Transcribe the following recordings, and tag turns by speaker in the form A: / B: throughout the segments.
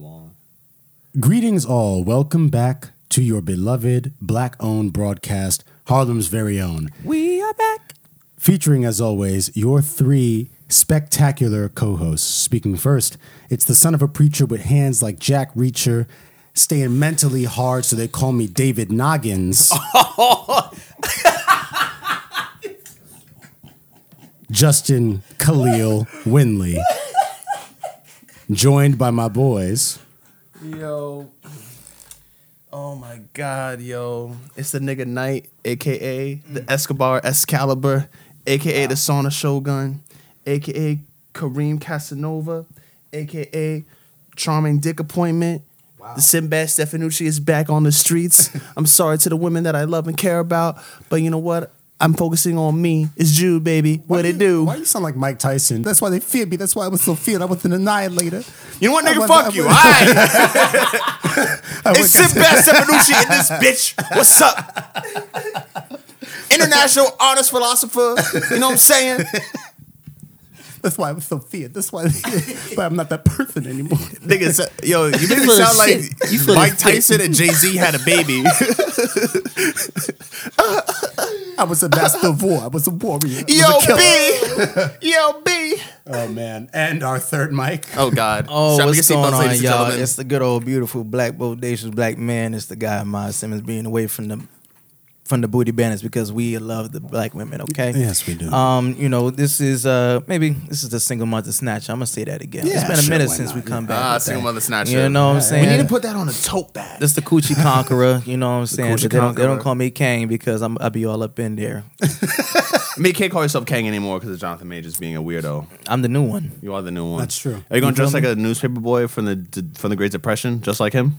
A: Oh,
B: Greetings, all. Welcome back to your beloved black owned broadcast, Harlem's very own,
A: We are back.
B: featuring, as always, your three spectacular co hosts. Speaking first, it's the son of a preacher with hands like Jack Reacher, staying mentally hard, so they call me David Noggins. Justin Khalil Winley, joined by my boys.
A: Yo. Oh my God, yo. It's the nigga Knight, aka
B: Mm.
A: the Escobar Excalibur, aka the Sauna Shogun, aka Kareem Casanova, aka Charming Dick Appointment. The Sinbad Stefanucci is back on the streets. I'm sorry to the women that I love and care about, but you know what? I'm focusing on me. It's Jude, baby.
B: Why
A: What it
B: you-
A: do?
B: Why you sound like Mike Tyson? That's why they feared me. That's why I was so feared. I was an annihilator.
A: You know what,
B: I
A: nigga?
B: was- I
A: Fuck you. All
B: was-
A: right.
B: was-
A: it's Sinbad Stefanucci in this bitch. What's up? International artist philosopher. You know what I'm saying?
B: That's why I was so feared. That's why. but I'm not that person anymore.
A: Niggas, yo, you
C: You
A: make me
C: full of
A: sound like
C: shit. You full of
A: Mike
C: shit.
A: Tyson and Jay Z had a baby.
B: I was a master of war. I was a warrior. I was
A: Yo,
B: a killer.
A: B. Yo, B.
B: Oh man! And our third mic.
A: Oh, God.
C: Oh,
A: Strap your seatbelts,
C: what's going on,
A: ladies and
C: y'all?
A: gentlemen.
C: It's the good old beautiful black bodacious black man. It's the guy Miles Simmons being away from the from the booty banners because we love the black women. Okay,
B: Yes, we do.
C: Um, you know, this is uh maybe this is the single mother snatch. I'm gonna say that again.
B: Yeah,
C: it's been a
B: sure,
C: minute
B: why
C: since we
B: not?
C: come back.
A: Ah,
C: with
A: single
C: that.
A: mother snatch,
C: You
A: sure.
C: know what I'm
B: Yeah,
C: saying?
A: we need to put that on a tote bag.
C: This the coochie conqueror, you know what I'm saying?
A: coochie
C: But they don't, they don't
A: conqueror.
C: call me Kane because I'm I'll be all up in there.
A: I mean, you can't call yourself Kang anymore because of Jonathan Majors being a weirdo.
C: I'm the new one.
A: You are the new one.
B: That's true.
A: Are you going to dress
C: feel
A: like a newspaper boy from the d- from the Great Depression, just like him?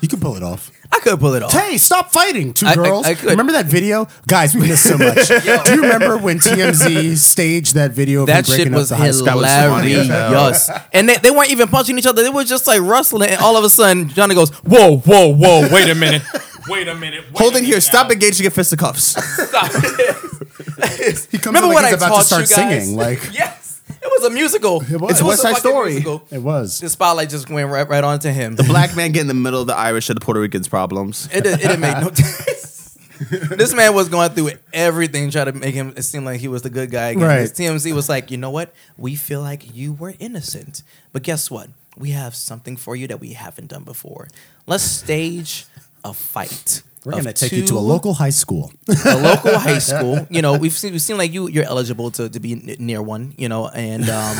B: You can pull it off.
C: I could pull it off.
B: Hey, stop fighting, two
C: I- I-
B: girls.
C: I could.
B: remember that video, guys? We missed so much. Do you remember when TMZ staged that video? Of
C: That
B: him
C: shit
B: breaking
C: was
B: up the high school?
A: That was funny as hell.
C: hilarious. and they, they weren't even punching each other. They were just like rustling. And all of a sudden, Johnny goes, Whoa, whoa, whoa, wait a minute. Wait a minute. wait
A: Hold
C: a
A: it here.
C: minute
A: Stop
C: now."
A: engaging in fisticuffs.
B: He comes
C: Remember
B: up
C: when
B: like
C: I
B: he's about
C: taught
B: to start
C: you guys?
B: singing? Like
C: yes. It was a musical. It
B: was. It's
C: a
B: West
A: Side
C: fucking
A: Story.
C: musical.
B: it was.
C: The spotlight just went right, right onto him. It,
A: black man get in the middle of the Irish and the Puerto Ricans' problems.
C: didn't- it didn't make no difference. this man was going through everything, trying to make him it seem like he was the good guy. Again.
B: Right.
C: This TMZ was like, you know what? We feel like you were innocent, but guess what? We have something for you that we haven't done before. Let's stage a fight.
B: We're
C: of
B: gonna take you to a
C: two-
B: local high school.
C: a local high school. You know, we've seen, we've seen like you you're eligible to, to be n- near one. You know, and um,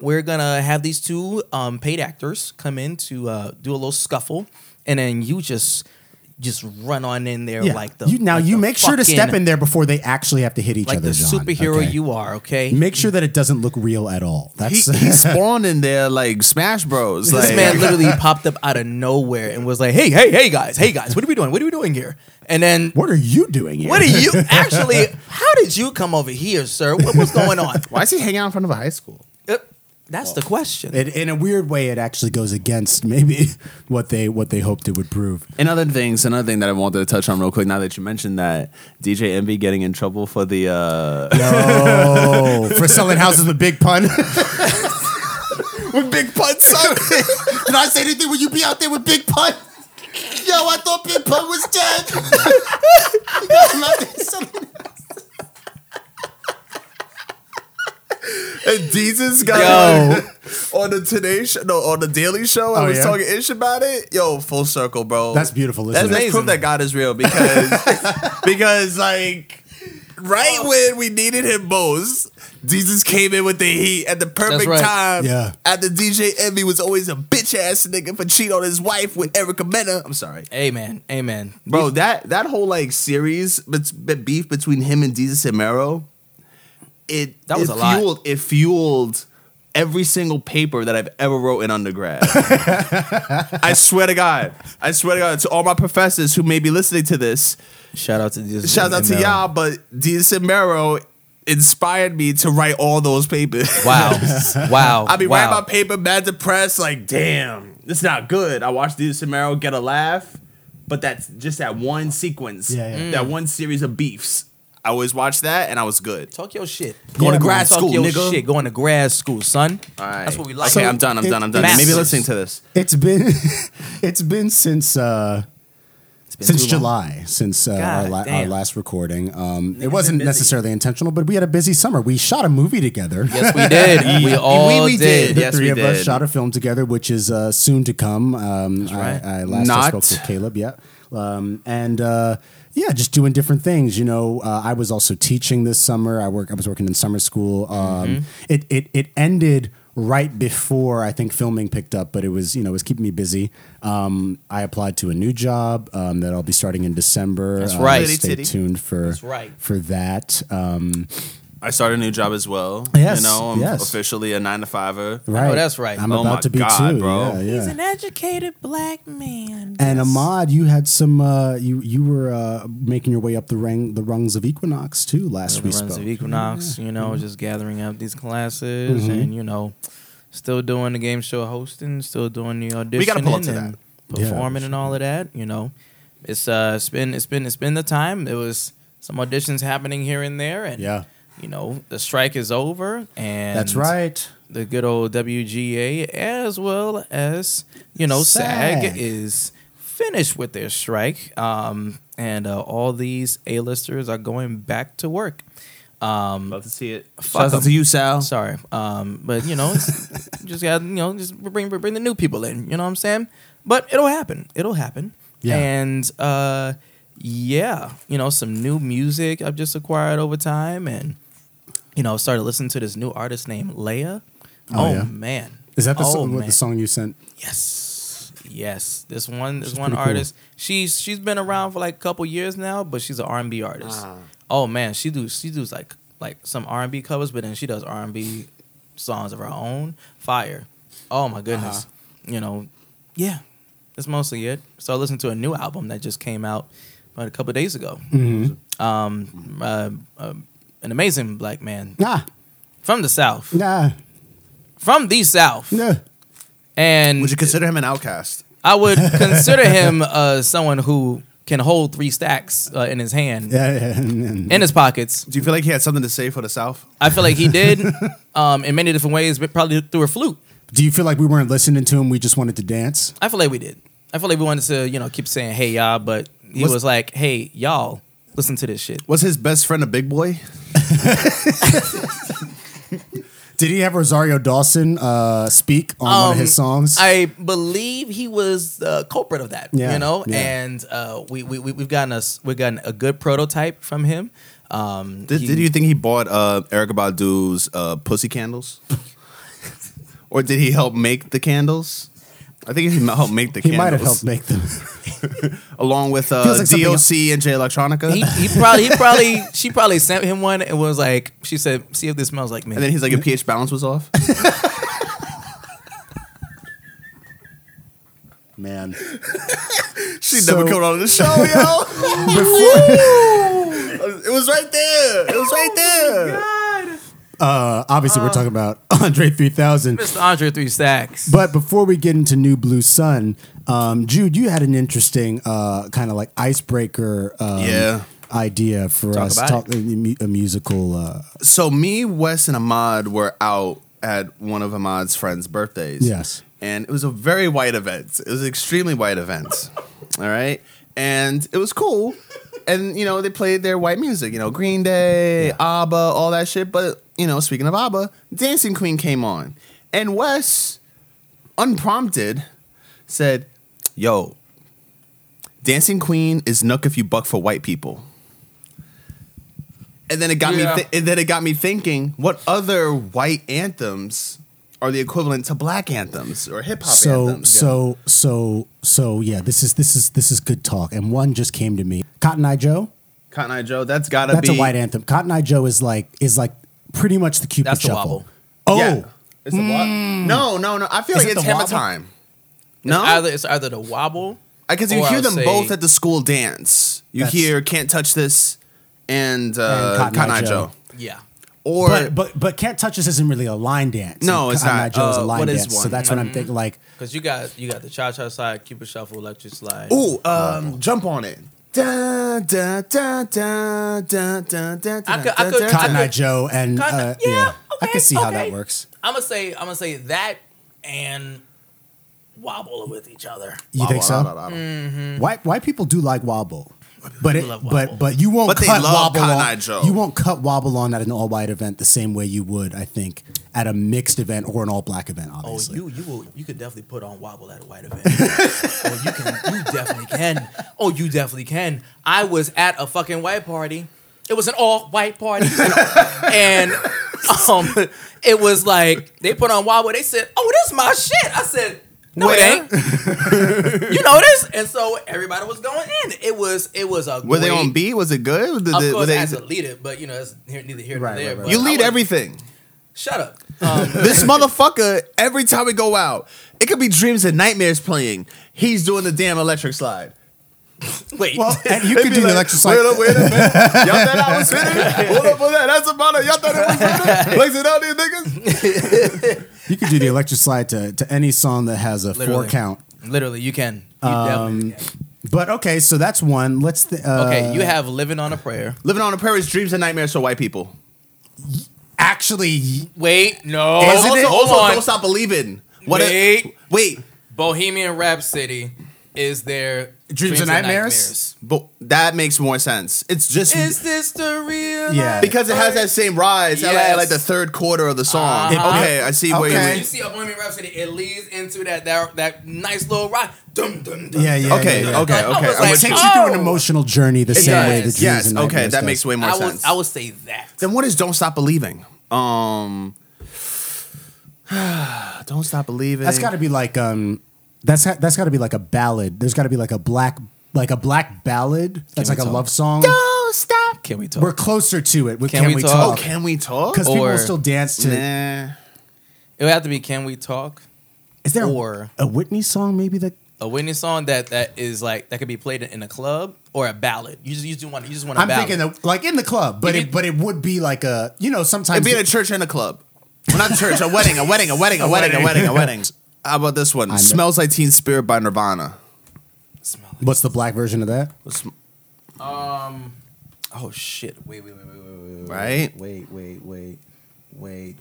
C: we're gonna have these two um, paid actors come in to uh, do a little scuffle, and then you just just run on in there
B: Yeah.
C: like the
B: you, now
C: like
B: you
C: the
B: make sure to step
C: fucking-
B: in there before they actually have to hit each
C: like
B: other.
C: the
B: John,
C: superhero
B: okay?
C: you are. Okay,
B: Make sure that it doesn't look real at all.
A: He,
B: That's
A: he spawned in there like Smash Bros.
C: This
A: like-
C: man literally popped up out of nowhere and was like, "Hey, hey, hey, guys, hey, guys, what are we doing? What are we doing here?" And then,
B: what are you doing here?
C: what are you actually? How did you come over here, sir? What was going on?
A: Why is he hanging out in front of a high school?
C: Uh, That's the question.
B: It, in a weird way, it actually goes against maybe what they what they hoped it would prove.
A: And other things, another thing that I wanted to touch on real quick. Now that you mentioned that DJ Envy getting in trouble for the uh,
B: No, for selling houses with big pun. Did
A: big pun suck.
B: I say anything? Would you be out there with big pun? Yo, I thought big pun was dead.
A: and Jesus got
C: Yo.
A: on, on the Today Show, no, on the Daily Show. I
B: Oh,
A: was
B: yeah?
A: talking ish about it. Yo, full circle, bro.
B: That's beautiful, isn't
A: That's,
B: it?
A: that's proof that God is real because because like right when we needed him most, Jesus came in with the heat at the perfect
C: right.
A: time.
B: Yeah.
A: After DJ Envy was always a bitch ass nigga for cheating on his wife with Erica Mena. I'm sorry.
C: Amen. Amen.
A: Bro, that that whole like series bet- bet- beef between him and Jesus and Mero, it
C: That was
A: it
C: a lot.
A: fueled, It fueled every single paper that I've ever wrote in undergrad. I swear to God, I swear to God to all my professors who may be listening to this.
C: Shout out to Jesus.
A: Shout out to y'all, but Jesus and Mero inspired me to write all those papers.
C: Wow. Wow.
A: I be
C: wow.
A: writing my paper, mad depressed, like, damn, it's not good. I watched Jesus and Mero get a laugh, but that's just that one sequence,
B: Yeah, yeah.
A: that one series of beefs.
D: I always watched that and I was good.
C: Talk your shit.
B: Go
C: Going
B: to grad
C: Talk
A: school,
C: your
A: nigga.
C: shit. Going to grad school, son.
D: All right.
C: That's what we like.
D: Okay,
B: So
D: I'm done. I'm
B: it-
D: done. I'm done.
C: it's-
D: Maybe listening to this.
B: It's been it's been since uh
C: been
B: since
C: too long.
B: July, since uh, our,
C: God
B: la- our
C: damn.
B: last recording. Um, it wasn't necessarily intentional, but we had a busy summer. We shot a movie together.
C: Yes, we did. We all
D: we
C: did.
D: did.
B: the
D: yes,
B: three
D: we
B: of us
D: did.
B: shot a film together, which is uh, soon to come. Um,
C: right.
B: I, I last I
D: Not-
B: spoke to Caleb, yeah, um, and uh, yeah, just doing different things. You know, uh, I was also teaching this summer. I work. I was working in summer school. Um, It it it ended right before I think filming picked up, but it was you know it was keeping me busy. Um, I applied to a new job um, that I'll be starting in December. That's
C: right.
B: Stay
D: Titty, titty.
B: tuned for
C: That's right.
B: for that. Um,
D: I started a new job as well.
B: Yes,
D: You know, I'm
B: yes.
D: officially a nine to fiver.
B: right.
C: that's right.
B: I'm
D: Oh my
B: about to be
D: God,
B: too,
D: bro.
B: Yeah, yeah.
E: He's an educated black man.
B: And Ahmad, you had some. Uh, you you were uh, making your way up the rang, the rungs of Equinox too. Last
C: the
B: we
C: runs
B: spoke.
C: of Equinox, you know,
D: Mm-hmm.
C: just gathering up these classes
B: Mm-hmm.
C: and, you know, still doing the game show hosting, still doing the audition.
D: gotta pull up to
C: and
B: that. Yeah,
C: Performing
B: for
C: and all of that, you know. It's uh it's been it's been it's been the time. It was some auditions happening here and there and
B: Yeah.
C: you know, the strike is over and
B: That's right.
C: the good old WGA as well as you know SAG,
B: SAG.
C: is finished with their strike, um, and uh, all these A-listers are going back to work. Um,
D: Love to see it.
C: Fuck
D: Shout out
C: 'em.
D: to you, Sal.
C: sorry, um, but you know, it's, just got you know, just bring bring the new people in. You know what I'm saying? But it'll happen. It'll happen.
B: Yeah.
C: And uh, yeah, you know, some new music I've just acquired over time, and you know, started listening to this new artist named Leia.
B: Oh,
C: Oh,
B: yeah.
C: man,
B: Is that the,
C: oh,
B: song, what
C: man.
B: the song you sent?
C: Yes, yes. This one, this one
B: pretty cool.
C: artist. She's she's been around for like a couple years now, but she's an R and B artist. Oh man, she do she does like like some R and B covers, but then she does R and B songs of her own. Fire. Oh my goodness. You know, yeah. That's mostly it. So I listened to a new album that just came out about a couple of days ago. Um, uh, uh, an amazing black man
B: Nah,
C: from the South,
B: nah,
C: from the South,
B: nah.
C: and
D: Would you consider him an outcast?
C: I would consider him uh, someone who can hold three stacks uh, in his hand,
B: Yeah, yeah, and-
C: in his pockets.
D: Do you feel like he had something to say for the South?
C: I feel like he did um, in many different ways, but probably through a flute.
B: Do you feel like we weren't listening to him? We just wanted to dance.
C: I feel like we did. I feel like we wanted to, you know, keep saying "Hey y'all," but he
D: Was-
C: was like, "Hey y'all, listen to this shit."
D: Was his best friend a big boy?
B: Did he have Rosario Dawson uh, speak on one of
C: Um,
B: his songs?
C: I believe he was the culprit of that.
B: Yeah,
C: you know,
B: yeah.
C: and uh, we, we we we've gotten us we've gotten a good prototype from him. Um,
D: Did,
C: he-
D: did you think he bought uh, Erica Badu's uh, pussy candles? or did he help make the candles? I think he m- helped make the
B: he
D: candles.
B: might have helped make them.
D: Along with uh,
B: Feels like something
D: DOC and Jay Electronica.
C: He, he probably, he probably, she probably sent him one and was like, she said, see if this smells like me.
D: and then he's like, your pH balance was off.
B: Man,
D: she
B: So-
D: never coming on the show, yo.
B: before
D: it was right there. It was right there.
B: uh, obviously we're talking about Andre three thousand.
C: Mr. Andre Three Stacks.
B: But before we get into New Blue Sun, um, Jude, you had an interesting uh, kind of like icebreaker um,
D: Yeah.
B: idea for us
C: about
B: talking a musical. Uh,
D: so me, Wes, and Ahmad were out at one of Ahmad's friends' birthdays.
B: Yes.
D: And it was a very white event. It was an extremely white event. All right. And it was cool. And, you know, they played their white music, you know, Green Day, ABBA, all that shit. But, you know, speaking of ABBA, Dancing Queen came on. And Wes, unprompted, said, Yo, Dancing Queen is Nook if you buck for white people. And then it got
C: Yeah.
D: me. Th- and then it got me thinking: What other white anthems are the equivalent to black anthems or hip hop
B: so
D: anthems?
B: so so so yeah, this is this is this is good talk. And one just came to me, Cotton Eye Joe.
D: Cotton Eye Joe, that's gotta
B: That's
D: be
B: a white anthem. Cotton Eye Joe is like is like pretty much the Cupid
C: That's the
B: Shuffle.
C: wobble.
B: Oh, Hmm.
D: Yeah. It's the what? No, no, no. I feel
B: Is
D: like
B: it
D: it's
B: the
D: hammer
B: wobble?
D: time. No,
C: Either it's either the wobble.
D: because you
C: or I
D: hear
C: would
D: them
C: say-
D: both at the school dance. You
B: That's-
D: hear "Can't Touch This" and, uh,
B: And
D: Cotton, Eye Joe,
C: Yeah.
D: or
B: but but but Can't Touch Us isn't really a line dance.
D: No, it's
B: Cotton
D: not.
B: Eye Joe is a
D: Uh,
B: line
D: what is
B: dance. So
D: one? Mm-hmm.
B: that's what I'm thinking. Like
C: Cause you got you got the cha cha slide, cupid shuffle, electric slide.
D: Ooh, um, jump on it. Da, da, da, da, da, da, da,
C: I could- I
D: da,
C: could-
D: da,
C: I
B: Cotton
C: could-
B: Eye Joe, and
C: Cotton-
B: uh,
C: yeah,
B: yeah, I
C: okay,
B: can see how
C: okay.
B: that works.
C: I'm gonna say I'm gonna say that and wobble with each other.
B: You think so?
D: da, da, da, da.
C: Mm.
B: White white people do like wobble, but it,
C: love
B: but
C: wobble.
B: but you won't
D: But they
B: cut
D: love
B: wobble
D: Cotton
B: on,
D: Eye Joe.
B: you won't cut wobble on at an all white event the same way you would I think at a mixed event or an all black event.
C: Oh,
B: Obviously,
C: you you will you could definitely put on wobble at a white event. oh, you can you definitely can. Oh, you definitely can. I was at a fucking white party. It was an all white party, and um, it was like they put on wobble. They said, "Oh, this is my shit." I said. No,
D: Where?
C: it ain't. you know this, and so everybody was going in. It was, it was a.
D: Were they
C: great-
D: on B? Was it good? Did-
C: Of
D: did- were
C: course,
D: they-
C: I had to lead it, but you know, that's here- neither here nor
B: Right,
C: there.
B: right, right.
C: but
D: you
C: I
D: lead
C: was-
D: everything.
C: Shut up. Um,
D: This motherfucker, every time we go out, it could be dreams and nightmares playing. He's doing the damn electric slide.
C: wait.
B: well, and you
D: They
B: could
D: be
B: do the
D: like,
B: electric slide.
D: Wait up, wait up, man. Y'all thought I was finished? Hold up for that. That's about it. Y'all thought it was finished? Place it out, these niggas.
B: You could do the electric slide to, to any song that has a
C: Literally.
B: four count.
C: Literally, you can. You
B: Um,
C: definitely can.
B: But okay, so that's one. Let's th- uh,
C: Okay, you have living on a prayer.
D: Living on a prayer is dreams and nightmares for white people.
B: actually
C: Wait, no.
B: Isn't
D: also,
B: it?
D: also,
C: Hold on.
D: don't stop believing. What if-
C: Wait.
D: wait,
C: Bohemian Rhapsody is their
B: Dreams and Nightmares?
D: but that makes more sense. It's just
C: Is this the real?
B: Yeah.
C: life?
D: because it has that same rise at, like, at, like the
C: Yes.
D: third quarter of the song.
C: Uh-huh.
D: Okay, I see where
B: Okay.
D: you're.
C: You see a Bohemian Rhapsody, it leads into that that, that nice little rock. Dum, dum, dum,
B: Yeah,
C: dum.
B: yeah,
D: Okay,
B: yeah, yeah.
D: okay,
C: I was
D: okay.
C: like,
D: I'm
B: it
D: with you.
B: takes you through an
C: Oh.
B: emotional journey the same way the
D: Yes,
B: dreams
D: yes,
B: and
D: okay,
B: nightmares
D: that
B: does.
D: makes way more
C: I
D: sense.
C: would, I would say that.
D: Then what is "Don't Stop Believing"? Um, "Don't Stop Believing."
B: That's got to be like um, that's ha- that's got to be like a ballad. There's got to be like a black like a black ballad that's
C: we
B: like a
C: talk?
B: love song.
D: Don't stop.
C: Can we talk?
B: We're closer to it with
C: Can
B: Can,
C: We
B: We,
C: Talk?
D: Oh,
B: Talk?
D: can we talk?
B: Because people
C: Or-
B: will still dance to.
D: Nah.
C: it would have to be Can We Talk?
B: Is there
C: Or-
B: a Whitney song maybe that?
C: A Whitney song that that is like that could be played in a club or a ballad. You just you just want you just want a
B: I'm
C: ballad.
B: thinking of, like in the club, but
C: You
B: it,
C: did-
B: but it would be like a you know
D: It'd
B: sometimes
D: be in a church and a club. Well, not church, a wedding, a wedding, a wedding, a wedding, a wedding, a wedding. How about this one?
B: I know.
D: Smells like Teen Spirit by Nirvana.
C: Smell it.
B: what's the black version of that?
D: What's-
C: Um. Oh shit! Wait, wait, wait, wait, wait, wait, wait.
D: Right?
C: Wait, wait, wait, wait.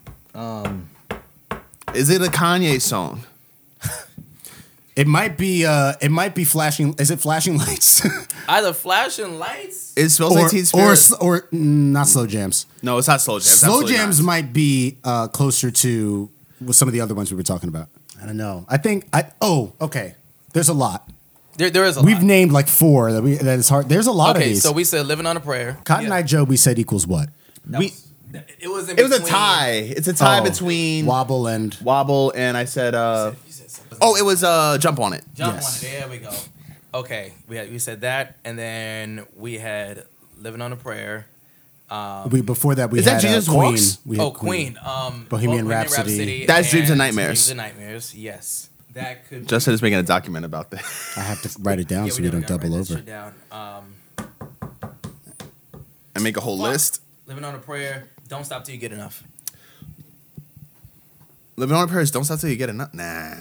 D: Is it a Kanye song?
B: It might be uh it might be flashing is it flashing lights
C: Either flashing lights.
D: It smells
B: or
D: like Teen Spirit.
B: or s- or mm, not slow jams.
D: no, it's not slow jams.
B: Slow
D: absolutely
B: jams
D: not.
B: might be uh, closer to with some of the other ones we were talking about. I don't know. I think I oh okay. There's a lot.
C: There, there is a
B: We've
C: lot.
B: named like four that we that is hard. There's a lot of
C: okay,
B: these.
C: so we said living on a prayer.
B: Cotton Eye Joe we said equals what?
D: we-
C: it was. In
D: It was a
C: between-
D: tie. It's a tie
B: Oh,
D: between
B: Wobble and
D: Wobble and I said. uh
C: You said something.
D: Oh, it was uh Jump on it.
C: Jump
B: yes.
C: on it. There we go. Okay, we had, we said that, and then we had living on a prayer.
B: we before that
D: Um,
B: we
D: Is that
B: had uh,
D: Jesus
B: Queen.
D: Walks?
B: We had
C: Oh, Queen. Um,
B: Bohemian Rhapsody.
D: That's Dreams and Nightmares.
C: Dreams and nightmares. Yes, that could. be-
D: Justin is making a document about that.
B: I have to write it down
C: Yeah,
B: so we don't
C: definitely
B: double
C: gotta write that
B: over.
C: shit down. Um,
D: and make a whole
C: Fuck.
D: list.
C: Living on a prayer. Don't stop till you get enough.
D: Living on a Prayer is Don't Stop Till You Get Enough. Nah.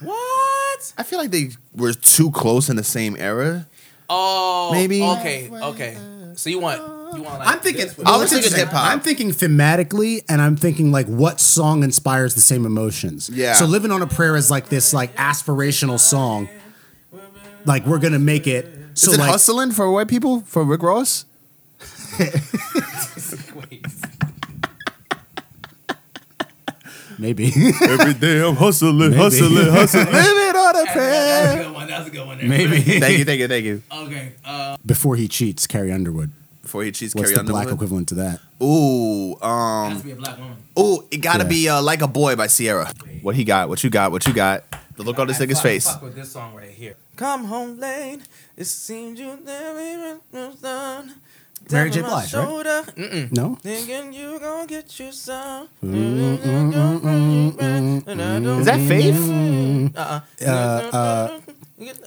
C: What?
D: I feel like they were too close in the same era.
C: Oh,
D: Maybe.
C: Okay, okay. So you want you want? Like
B: I'm thinking.
C: this with-
D: I
B: I
D: was thinking hip hop.
B: I'm thinking thematically, and I'm thinking like what song inspires the same emotions.
D: Yeah.
B: So "Living on a Prayer" is like this like aspirational song. Like we're gonna make it. So
D: is it
B: like
D: hustling for white people for Rick Ross?
C: Wait.
B: maybe
D: Every day I'm hustling,
B: Maybe.
D: hustling, hustling. Living on a
C: That's a
D: prayer.
C: good one. That's a good one. There.
B: maybe
D: thank you, thank you, thank you.
C: Okay. Uh,
B: before he cheats, Carrie Underwood.
D: Before he cheats,
B: What's
D: carry
B: the
D: on.
B: black equivalent to that?
D: Ooh,
C: it has
D: um,
C: to be a black woman.
D: ooh, it gotta
B: Yeah.
D: be uh, like a boy by Sierra. What he got? What you got? What you got? The look on Oh, this
C: I
D: nigga's
C: fuck-
D: face.
C: Fuck with this song right here. Come home late. It seems you never even moved on.
B: Mary J.
C: Down my
B: Blige, right?
C: shoulder. Mm-mm.
B: No.
C: Thinking you gonna get you some. Mm,
D: Is that
B: Mm.
D: Faith?
C: Uh-uh.
B: Uh,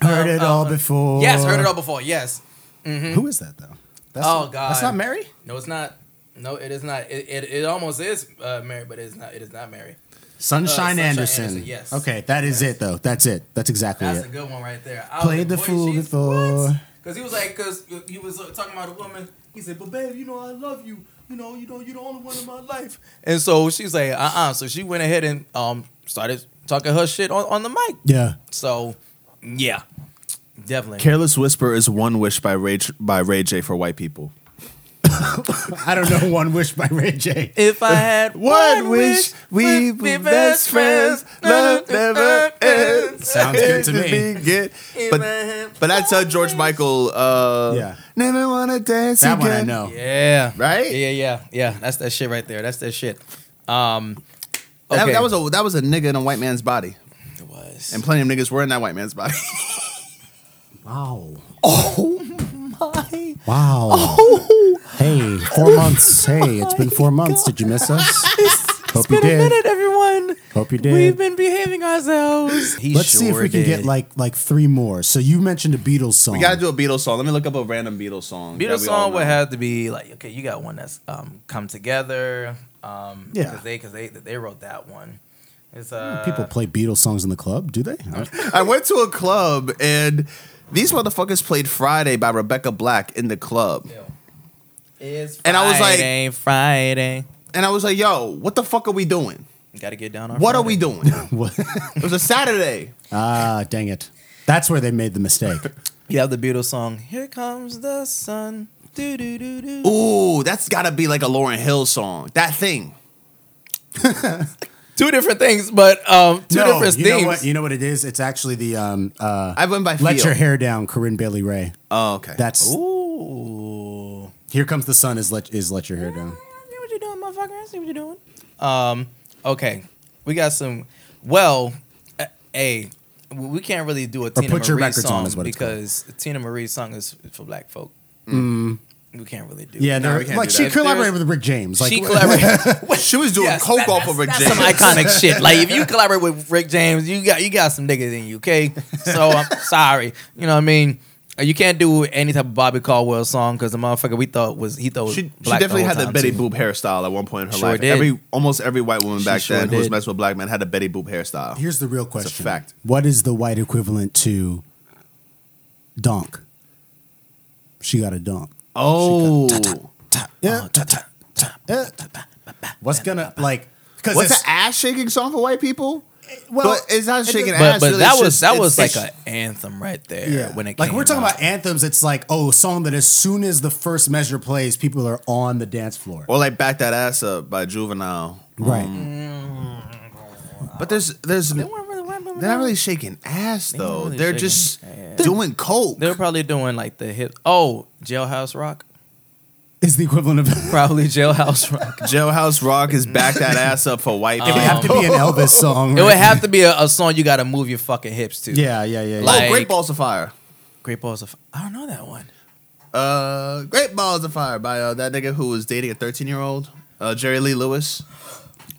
B: Heard it
C: Uh, uh,
B: all before.
C: Yes, heard it all before. Yes.
B: Who is that though? That's
C: Oh,
B: not, That's
C: God.
B: not Mary.
C: No, it's not. No, it is not. It, it, it almost is uh, Mary, but it is not. It is not Mary.
B: Sunshine,
C: Sunshine
B: Anderson.
C: Anderson, yes.
B: Okay, that is it though. That's it. That's exactly
C: That's
B: it.
C: a good one right there. I was
B: Played the
C: like, boy,
B: fool
C: she's-
B: before.
C: what? Because he was like, because he was uh, talking about a woman. He said, but babe, you know, I love you. You know, you know, you're the only one in my life. And so she's like, uh uh So she went ahead and um started talking her shit on, on the mic.
B: Yeah.
C: So, yeah, definitely.
D: Careless Whisper is one wish by Ray by Ray J for white people.
B: I don't know one wish by Ray J.
C: If I had
D: One wish, we be best friends. Love never ends.
F: Sounds good to me.
D: It's been good. But but that's uh, George Michael. Uh,
B: Yeah.
D: Never wanna dance
F: That one I
D: again.
F: know.
C: Yeah.
D: Right?
C: Yeah, yeah, yeah. That's that shit right there. That's that shit. Um,
D: That,
C: okay.
D: that was a that was a nigga in a white man's body,
C: It was.
D: and plenty of niggas were in that white man's body.
B: Wow. Oh my. Wow. Hey, four months. Hey, it's been four months. Did you miss us? Hope you did.
C: everyone.
B: Hope you did.
C: been behaving ourselves. He
B: Let's see if we can get like like three more. So you mentioned a Beatles song.
D: we gotta do a Beatles song. Let me look up a random Beatles song. that
C: Beatles
D: we all
C: song would
D: know.
C: have to be like okay, you got one that's um come together. Um,
B: Yeah.
C: because they because they they wrote that one. It's
D: Mm,
C: uh
B: People play Beatles songs in the club, do they?
D: I went to a club and these motherfuckers played Friday by Rebecca Black in the club.
C: It's
D: And I was like-
C: Friday, Friday.
D: And I was like, yo, what the fuck are we doing?
C: Got to get down. on
D: What are
C: Friday.
D: we doing?
B: What?
D: It was a Saturday.
B: ah, dang it. That's where they made the mistake.
C: You have the Beatles song. Here comes the sun. Do do do do.
D: Ooh, that's gotta be like a Lauren Hill song. That thing.
C: Two different things, but um, two
B: No,
C: different
B: you
C: themes.
B: Know what, you know what it is? It's actually the um, uh,
D: I went by
B: Let
D: feel.
B: Your Hair Down, Corinne Bailey Ray.
D: Oh, okay.
B: That's
C: Ooh.
B: Here Comes the Sun is Let, is let Your Hair Down.
C: I see what you're doing, motherfucker. I see what you're doing. Um, okay. We got some. Well, uh, hey, we can't really do a Tina
B: Put Your
C: Marie
B: Records On
C: song
B: is what it's called.
C: because Tina Marie's song is for black folk. We can't really do
B: Mm. Yeah,
C: it.
B: no,
D: we can't
B: like
D: do
B: she
D: that.
B: collaborated with Rick James. Like,
C: she collaborated with
D: she was doing
C: Yes,
D: coke
C: that-
D: off of her
C: some iconic shit. Like if you collaborate with Rick James, you got you got some niggas in you, okay? So I'm sorry. You know what I mean? Uh, You can't do any type of Bobby Caldwell song because the motherfucker we thought was he thought was
D: She, she
C: black the
D: definitely
C: whole
D: had the
C: time,
D: Betty
C: too.
D: Boop hairstyle at one point in her
C: Sure
D: life.
C: did.
D: Every almost every white woman back
C: sure
D: then who was
C: did.
D: messed with black men had a Betty Boop hairstyle.
B: here's the real question:
D: fact.
B: What is the white equivalent to donk? She got a donk.
C: Uh,
D: oh,
B: Yeah. Yeah. What's gonna like? Because
D: what's an ass shaking song for white people?
B: well,
D: but it's not shaking ass.
C: but but
D: really,
C: that
D: it's
C: was
D: just-
C: that
D: it's-
C: was like
D: it's-
C: an anthem right there.
B: Yeah.
C: when it
B: like
C: came
B: we're talking
C: out.
B: about anthems, it's like oh, a song that as soon as the first measure plays, people are on the dance floor.
D: or like back that ass up by Juvenile.
B: right.
C: Mm.
D: But there's there's
C: They weren't really- weren't really-
D: They're not really shaking ass
C: not
D: though.
C: really
D: They're
C: shaking.
D: just
C: Yeah.
D: doing coke.
C: they were probably doing like the hip. Oh, Jailhouse Rock,
B: is the equivalent of.
C: probably Jailhouse Rock.
D: Jailhouse Rock is back that ass up for white
B: it would have to be an Elvis song.
C: It would
B: right?
C: have to be a, a song you got to move your fucking hips to.
B: Yeah, yeah, yeah. yeah.
D: oh,
C: Like-
D: Great Balls of Fire.
C: Great Balls of I don't know that one.
D: Uh, Great Balls of Fire by uh, that nigga who was dating a 13 year old, uh, Jerry Lee Lewis.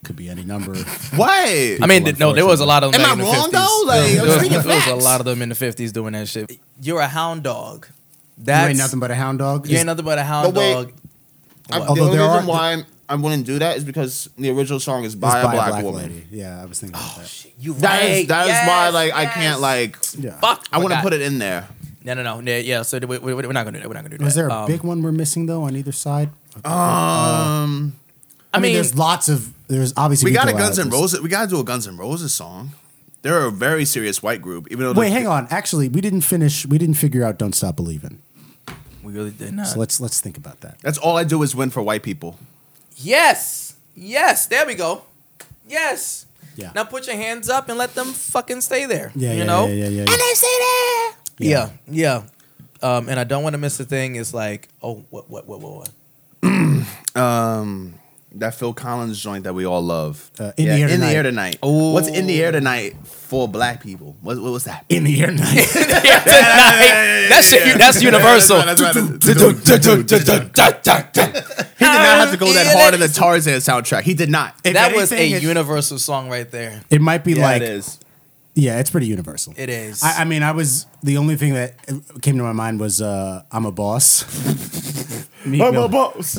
B: could be any number.
D: Why?
C: I mean, th- no, there was a lot of them.
D: Am
C: back
D: I
C: in the
D: wrong,
C: 50s.
D: though? Like,
C: there,
D: I'm
C: was,
D: speaking
C: there was a
D: facts.
C: lot of them in the fifties doing that shit. You're a hound dog.
B: you
C: That's
B: ain't nothing but a hound dog.
C: you
B: Is-
C: ain't nothing but a hound
D: But wait.
C: dog.
D: I'm, the
B: Although
D: only
B: there
D: reason
B: are-
D: why I'm, I wouldn't do that is because the original song is
B: is
D: by, a black, woman.
B: lady. Yeah, I was thinking
C: Oh,
B: about that.
C: You
D: That is
C: right.
D: that is
C: yes,
D: why like I
C: yes.
D: can't like
B: Yeah.
C: Fuck.
D: I want to
C: forgot.
D: put it in there.
C: No, no, no. Yeah, yeah so we, we, we're not gonna do that. We're not gonna do that.
B: Was there a
C: Um,
B: big one we're missing though on either side?
D: Um,
C: I mean,
B: there's lots of there's obviously
D: we got a
B: people out
D: Guns
B: of
D: N'
B: this.
D: Roses. We got to do a Guns N' Roses song. They're a very serious white group, even though
B: Wait,
D: they're-
B: hang on. Actually, we didn't finish. We didn't figure out "Don't Stop Believing."
C: we really did not.
B: So let's let's think about that.
D: That's all I do is win for white people.
C: yes, yes. There we go. Yes.
B: Yeah.
C: Now put your hands up and let them fucking stay there.
B: Yeah,
C: you
B: yeah,
C: know.
B: yeah, yeah, yeah, yeah.
C: And they stay there.
B: Yeah.
C: Yeah, yeah. Um, and I don't want to miss a thing. It's like, oh, what, what, what, what, what?
D: Um, that Phil Collins joint that we all love.
B: Uh, In the Air
D: in
B: Tonight. Oh.
D: the air tonight.
C: Ooh.
D: What's in the air tonight for black people? What, what was that?
B: In the air night.
C: That shit, that's universal.
D: That's right. He did not have to go that hard in the Tarzan soundtrack. He did not.
B: If
C: That was a
B: anything, it-
C: universal song right there.
B: It might be
D: Yeah,
B: like
D: it is.
B: yeah, it's pretty universal.
C: It is.
B: I, I mean, I was the only thing that came to my mind was uh, "I'm a boss." Meek Mill.
D: boss.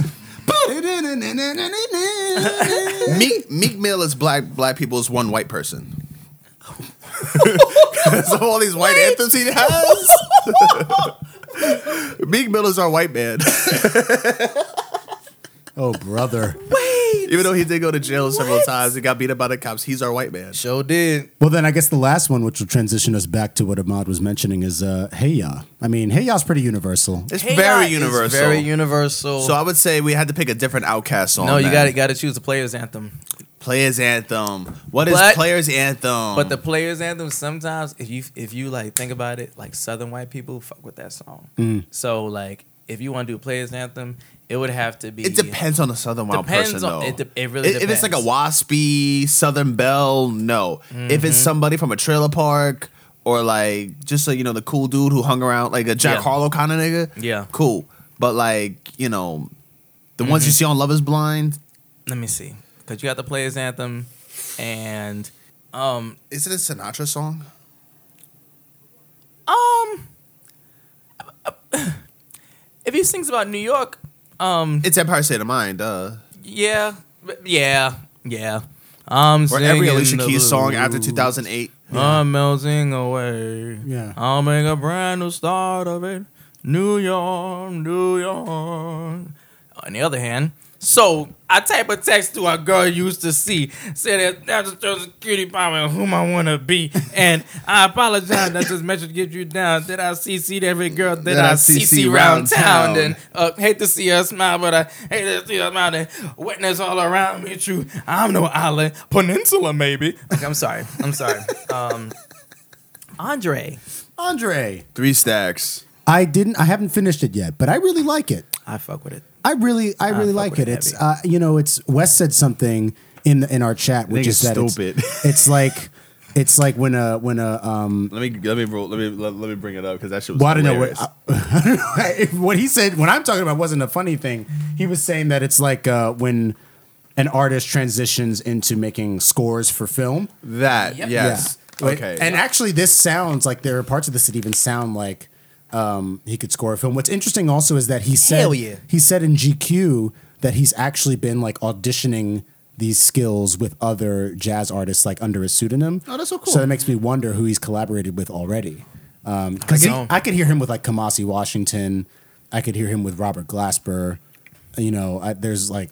D: Meek, Meek Mill is black black people's one white person. so all these white anthems he has.
A: Meek Miller's our white man.
B: Oh, brother.
A: Even though he did go to jail several times and got beat up by the cops, he's our white man.
C: Show did.
B: Well, then I guess the last one, which will transition us back to what Ahmad was mentioning, is uh, Hey Ya. I mean, Hey Ya's pretty universal.
A: It's
C: Hey Ya
A: very
C: is
A: universal.
C: Very universal.
A: so I would say we had to pick a different outcast song.
C: no, you
A: man.
C: got to got to choose the players anthem.
A: Players anthem. What is
C: But-
A: players anthem?
C: But the players anthem sometimes if you if you like think about it, like southern white people fuck with that song. So like if you want to do a players anthem, it would have to be
A: it depends on the Southern Wild
C: Depends
A: person,
C: on-
A: though.
C: it de- it really
A: If- If it's like a
C: depends.
A: waspy Southern belle, no. If it's somebody from a trailer park or like just like you know the cool dude who hung around like a Jack
C: Yeah.
A: Harlow kind of nigga,
C: Yeah.
A: cool. But like you know, the ones you see on Love Is Blind,
C: Let me see. Cuz you got the players anthem and um
A: is it a Sinatra song?
C: um if he sings about New York, um
A: It's Empire State of Mind, duh.
C: yeah, yeah, yeah. Um
A: Or every Alicia Keys song after 2008.
C: I'm melting away.
B: Yeah.
C: I'll make a brand new start of it. New York, New York. On the other hand, so I type a text to a girl you used to see. Say that that's a social security power and whom I want to be. And I apologize that this message gets you down. Did I CC every girl that, I, CC round town? And uh, hate to see her smile, but I hate to see her smile. And witness all around me, true. I'm no island, peninsula maybe. Okay, I'm sorry. I'm sorry. Um, Andre,
B: Andre.
A: Three stacks.
B: I didn't, I haven't finished it yet, but I really like it.
C: I fuck with it.
B: I really, I really
C: Ah, fuck
B: like
C: with
B: it.
C: it
B: It's,
C: heavy.
B: uh, you know, it's Wes said something in in our chat, which is
A: Nigga's
B: that it's-
A: stupid.
B: It's, like, it's like when a when a um.
A: Let me let me roll, let me let, let me bring it up because that shit was.
B: Well, I don't know
A: hilarious.
B: what I, I don't know what he said. What I'm talking about wasn't a funny thing. He was saying that it's like uh, when an artist transitions into making scores for film.
A: that
C: Yep.
A: yes
B: Yeah. Wait,
A: okay
B: And actually, this sounds like there are parts of this that even sound like um, he could score a film. What's interesting also is that he said
C: Hell yeah.
B: he said in GQ that he's actually been like auditioning these skills with other jazz artists like under a pseudonym.
A: Oh, that's so cool.
B: So that makes me wonder who he's collaborated with already. Because
C: know.
B: I could hear him with like Kamasi Washington. I could hear him with Robert Glasper. You know, I, there's like,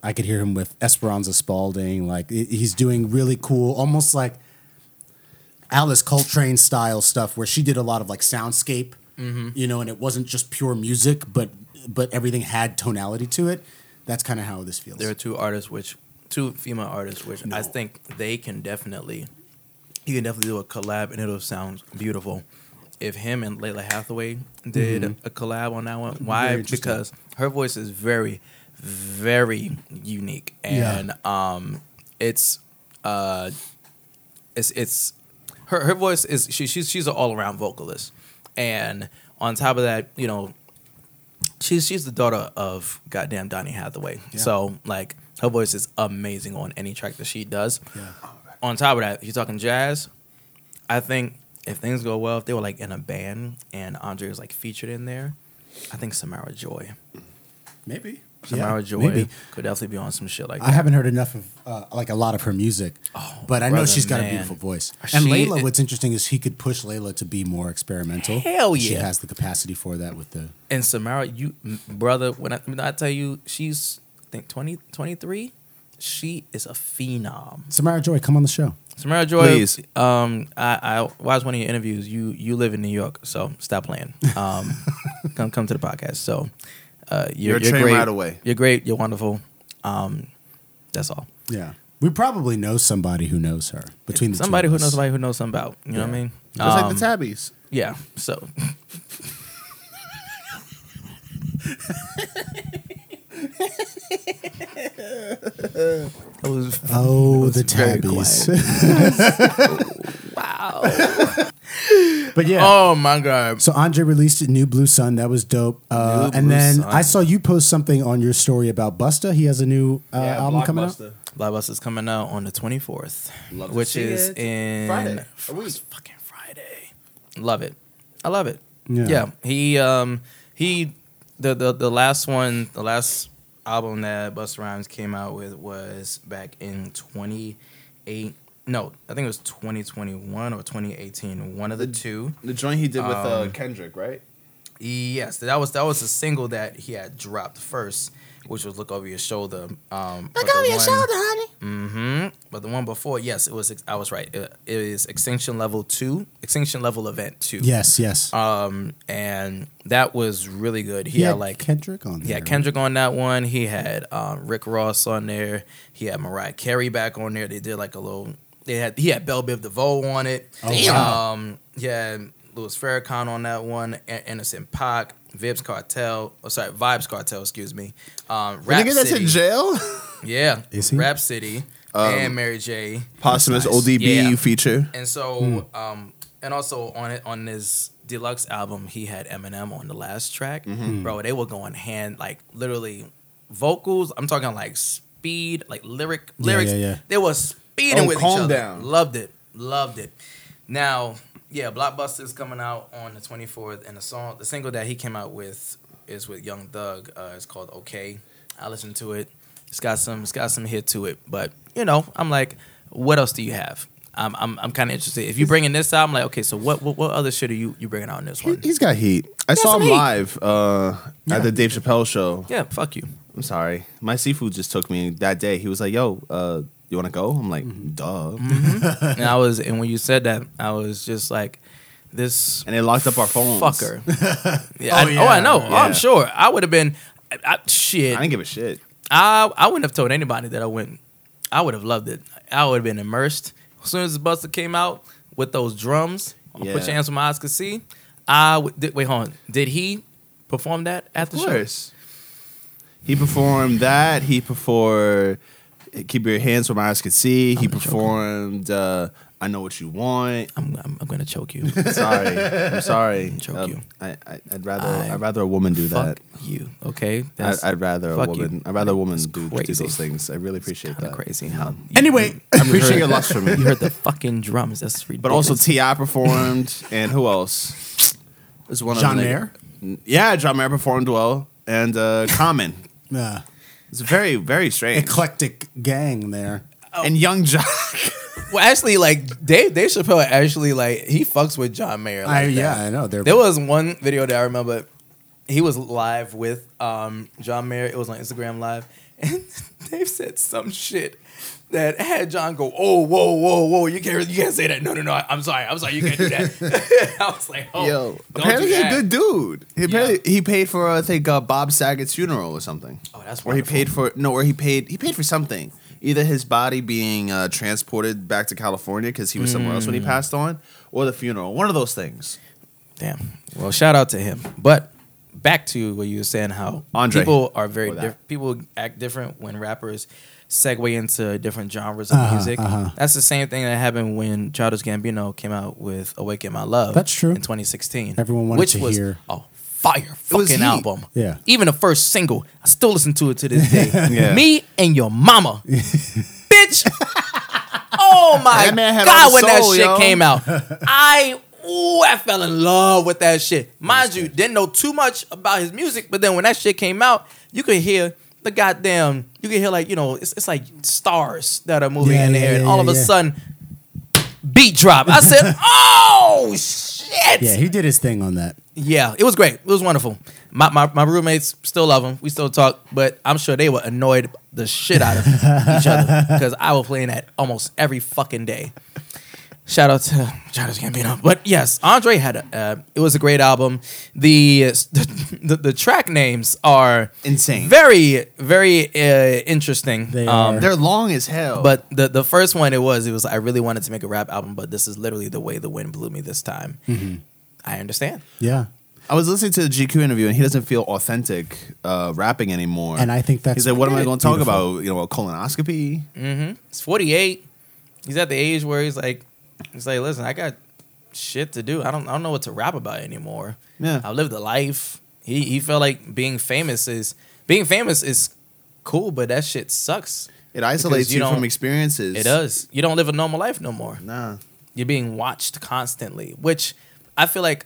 B: I could hear him with Esperanza Spalding. Like, he- he's doing really cool, almost like Alice Coltrane style stuff where she did a lot of like soundscape,
C: Mm-hmm.
B: you know, and it wasn't just pure music, but but everything had tonality to it. That's kind of how this feels.
C: There are two artists which two female artists which I think they can definitely you can definitely do a collab and it'll sound beautiful. If him and Layla Hathaway did a collab on that one, why?
B: Very interesting.
C: Because her voice is very, very unique,
B: Yeah.
C: and um, it's uh, it's it's her her voice is she, she's she's an all around vocalist, and on top of that, you know, she's she's the daughter of goddamn Donny Hathaway. So like her voice is amazing on any track that she does. On top of that, you're talking jazz. I think if things go well, if they were like in a band and Andre was like featured in there, I think Samara Joy,
B: maybe.
C: Samara
B: Yeah,
C: Joy
B: Maybe.
C: could definitely be on some shit like
B: I
C: that.
B: haven't heard enough of uh, like a lot of her music, but I know
C: Oh, brother,
B: she's got a
C: man. Uh,
B: beautiful voice. And
C: She-
B: Layla, what's interesting is he could push Layla to be more experimental.
C: Hell
B: She
C: yeah.
B: has the capacity for that with the
C: And Samara, you m- brother, when I, when I tell you she's I think 20, 23, she is a phenom.
B: Samara Joy. Come on the show.
C: Samara Joy,
A: Please.
C: Um, I, I watched one of your interviews. You you live in New York, so stop playing. Um, come come to the podcast. So uh,
A: You're
C: you're,
A: a train
C: great.
A: ride away.
C: You're great. You're wonderful. Um, that's all.
B: Yeah, we probably know somebody who knows her between the two
C: somebody
B: of
C: who
B: us.
C: knows somebody who knows something about. You know what I
B: Yeah.
C: mean?
A: just like
C: Um,
A: the tabbies
C: Yeah. So that was
B: Oh, the
C: very
B: tabbies.
C: wow.
B: but yeah.
C: Oh my god.
B: So Andre released New Blue Sun. That was dope. Uh,
C: New
B: and
C: Blue
B: then
C: Sun.
B: I saw you post something on your story about Busta. He has a new uh,
A: Yeah,
B: album coming out.
A: Blockbuster.
C: Blockbuster is coming out on the 24th,
A: Love to
C: which
A: see
C: is
A: it.
C: in
A: Friday, a
C: It's
A: week.
C: fucking Friday. Love it. I love it.
B: Yeah.
C: Yeah. He um he the, the the last one, the last album that Busta Rhymes came out with was back in 28 no, I think it was 2021 or 2018, one of the two.
A: the joint he did with uh, Kendrick, right?
C: Yes, that was that was a single that he had dropped first, which was "Look Over Your Shoulder." Um, look over your shoulder, honey. hmm But the one before, yes, it was. I was right. It, it is Extinction Level Two, Extinction Level Event Two.
B: Yes, yes.
C: Um, and that was really good. He had like
B: Kendrick on
C: he
B: there.
C: had Kendrick on that one. He had um, Rick Ross on there. He had Mariah Carey back on there. They did like a little. They had he had Belle Biv DeVoe on it.
B: Oh, wow.
C: Um, yeah, Louis Farrakhan on that one. A- Innocent Pac, Vibes Cartel. Oh, sorry, Vibes Cartel. Excuse me. Um,
D: Rap
C: Rap
D: nigga that's in
C: City.
D: jail.
C: Yeah,
B: Is he? Um,
C: Rap City and Mary J.
D: Posthumous ODB
C: Yeah.
D: feature.
C: And so,
B: hmm.
C: um, and also on it on his deluxe album, he had Eminem on the last track,
B: Mm-hmm.
C: bro. They were going hand like literally vocals. I'm talking like speed, like lyric lyrics.
B: yeah, yeah.
C: They were speeding
D: Oh,
C: with
D: calm
C: each other.
D: down.
C: Loved it, loved it. Now, yeah, Blockbuster's coming out on the 24th, and the song, the single that he came out with is with Young Thug. Uh, it's called "Okay." I listened to it. It's got some, it's got some hit to it, but you know, I'm like, what else do you have? I'm, I'm, I'm kind of interested. If you bring in this out, I'm like, okay, so what, what, what other shit are you, you bringing out in this one?
D: He's got heat. I saw
C: some
D: him
C: heat.
D: live uh, at the Dave Chappelle show.
C: Yeah, fuck you.
D: I'm sorry. My seafood just took me that day. He was like, "Yo, uh, you want to go?" I'm like,
C: Mm-hmm.
D: "Duh."
C: and I was, and when you said that, I was just like, this
D: And they locked up our phones.
C: fucker. yeah, I,
B: yeah.
C: oh, I know.
D: Yeah.
C: I'm sure. I would have been. I, I, shit.
D: I didn't give a shit.
C: I I wouldn't have told anybody that I went. I would have loved it. I would have been immersed. As soon as the Buster came out with those drums, on
D: Yeah.
C: put your hands where my eyes could see. I w- did, wait, hold on. Did he perform that at the
D: Of
C: show?
D: course. He performed that. He performed "Keep Your Hands Where My Eyes Could See." He performed uh, "I Know What You Want."
C: I'm, I'm I'm gonna choke you.
D: Sorry, I'm sorry.
C: Choke
D: Uh,
C: you.
D: I, I, I'd rather
C: I-
D: I, would rather a woman do
C: Fuck
D: that.
C: you. Okay.
D: I, I'd rather a
C: fuck you.
D: woman. I'd rather a woman do, do
C: crazy.
D: those things. I really appreciate
C: kind
D: that.
C: of crazy. How you-
B: Anyway,
D: I appreciate your love for me.
C: you heard the fucking drums. That's
D: But
C: ridiculous.
D: also Ti performed, and who else? There's one
B: John
D: other nigga.
B: Mayer.
D: Yeah, John Mayer performed well, and uh, Common.
B: Uh,
D: It's very very strange.
B: eclectic gang there.
D: and Young Jock.
C: well, actually, like Dave Dave Chappelle actually like he fucks with John Mayer. Like
B: I,
C: that.
B: yeah, I know. They're,
C: There was one video that I remember. He was live with um, John Mayer. It was on Instagram Live, and Dave said some shit that had John go, "Oh, whoa, whoa, whoa! You can't, you can't say that. No, no, no. I- I'm sorry. I'm sorry. You can't do that." I was like, "Oh,
D: Yo,
C: don't do
D: apparently he's a
C: that.
D: good dude. He
C: Yeah.
D: paid, he paid for I think uh, Bob Saget's funeral or something.
C: Oh, that's
D: Or he
C: wonderful.
D: paid for no, or he paid he paid for something. Either his body being uh, transported back to California because he was somewhere else when
C: Mm.
D: he passed on, or the funeral. One of those things.
C: Damn. Well, shout out to him. But back to what you were saying, how
D: Andre.
C: people are very
D: Or that.
C: diff- people act different when rappers segue into different genres of
B: Uh-huh,
C: music. That's the same thing that happened when Childish Gambino came out with "Awaken My Love."
B: That's true.
C: In 2016,
B: Everyone wanted
C: which
B: to
C: was
B: hear.
C: a fire
D: was
C: fucking
D: heat.
C: album.
B: Yeah.
C: Even the first single, I still listen to it to this day.
D: Yeah.
C: Me and your mama, bitch. Oh my
D: That man had all
C: god,
D: the
C: when that
D: soul,
C: shit
D: yo.
C: came out, I ooh, I fell in love with that shit. Mind you, didn't know too much about his music, but then when that shit came out, you could hear the goddamn, you could hear like you know, it's, it's like stars that are moving
B: Yeah,
C: in the
B: yeah,
C: air, and
B: yeah,
C: all of a
B: yeah.
C: sudden, beat drop. I said, oh shit,
B: yeah, he did his thing on that.
C: yeah, it was great. It was wonderful. My, my, my roommates still love him. We still talk, but I'm sure they were annoyed the shit out of each other because I was playing that almost every fucking day. Shout out to Childish Gambino. But yes, Andre had a, uh, it was a great album. The, the, the track names are
D: Insane.
C: very, very uh, interesting.
B: They are.
D: They're long as hell.
C: But the the first one it was it was I really wanted to make a rap album, but this is literally the way the wind blew me this time.
B: Mm-hmm.
C: I understand.
B: Yeah.
D: I was listening to the GQ interview, and he doesn't feel authentic uh, rapping anymore.
B: And I think that's
D: he's like, "What am I going to talk
B: beautiful.
D: about? You know, a colonoscopy?
C: He's 48. He's at the age where he's like, he's like, listen, I got shit to do. I don't, I don't know what to rap about anymore.
D: Yeah.
C: I lived a life. He, he felt like being famous is being famous is cool, but that shit sucks.
D: It isolates
C: Because
D: you,
C: you
D: from
C: don't-
D: experiences.
C: It does. You don't live a normal life no more.
D: Nah,
C: You're being watched constantly, which I feel like,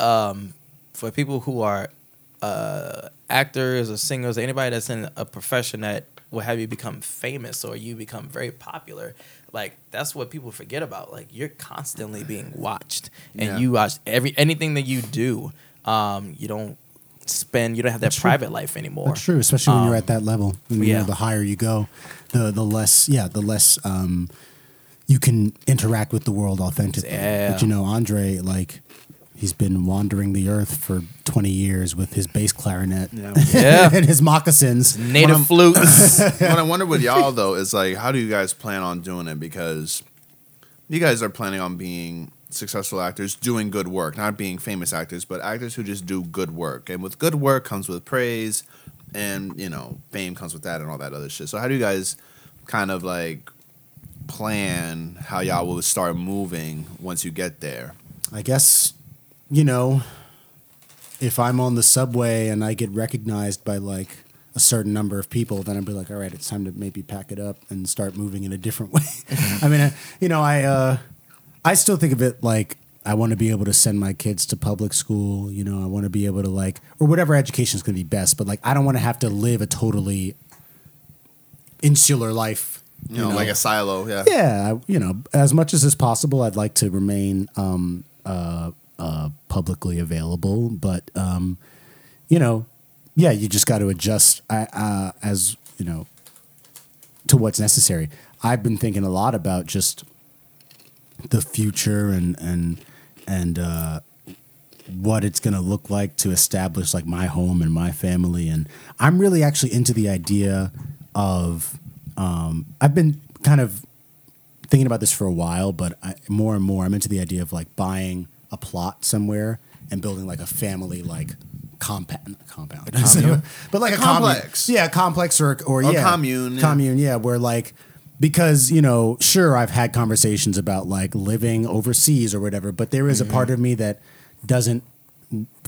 C: um, for people who are uh, actors or singers, anybody that's in a profession that will have you become famous or you become very popular, like that's what people forget about. Like you're constantly being watched, and
D: Yeah.
C: you watch every anything that you do. Um, you don't spend. You don't have that private life anymore.
B: That's true, especially when you're
C: Um,
B: at that level. You know,
C: yeah.
B: the higher you go, the the less yeah, the less um, you can interact with the world authentically.
C: Yeah.
B: But you know, Andre, like he's been wandering the earth for 20 years with his bass clarinet
C: Yeah.
B: and his moccasins.
C: Native flutes.
D: what I wonder with y'all though is like, how do you guys plan on doing it? Because you guys are planning on being successful actors, doing good work, not being famous actors, but actors who just do good work. And with good work comes with praise, and you know, fame comes with that, and all that other shit. So how do you guys kind of like plan how y'all will start moving once you get there?
B: I guess, you know, if I'm on the subway and I get recognized by like a certain number of people, then I'd be like, all right, it's time to maybe pack it up and start moving in a different way. I mean, I, you know, I uh, I still think of it like I want to be able to send my kids to public school. You know, I want to be able to like or whatever education is going to be best, but like I don't want to have to live a totally insular life.
D: You, know, like a silo, yeah.
B: Yeah, I, you know, as much as is possible, I'd like to remain um, uh, uh, publicly available. But um, you know, yeah, you just got to adjust uh, uh, as you know to what's necessary. I've been thinking a lot about just the future and and and uh, what it's going to look like to establish like my home and my family. And I'm really actually into the idea of. Um, I've been kind of thinking about this for a while, but I, more and more I'm into the idea of like buying a plot somewhere and building like a family like compound compound but like a commune.
D: Complex.
B: yeah a complex or or,
D: Or
B: yeah
D: commune, yeah.
B: commune yeah where like because you know sure I've had conversations about like living overseas or whatever but there is a part
D: Mm-hmm.
B: of me that doesn't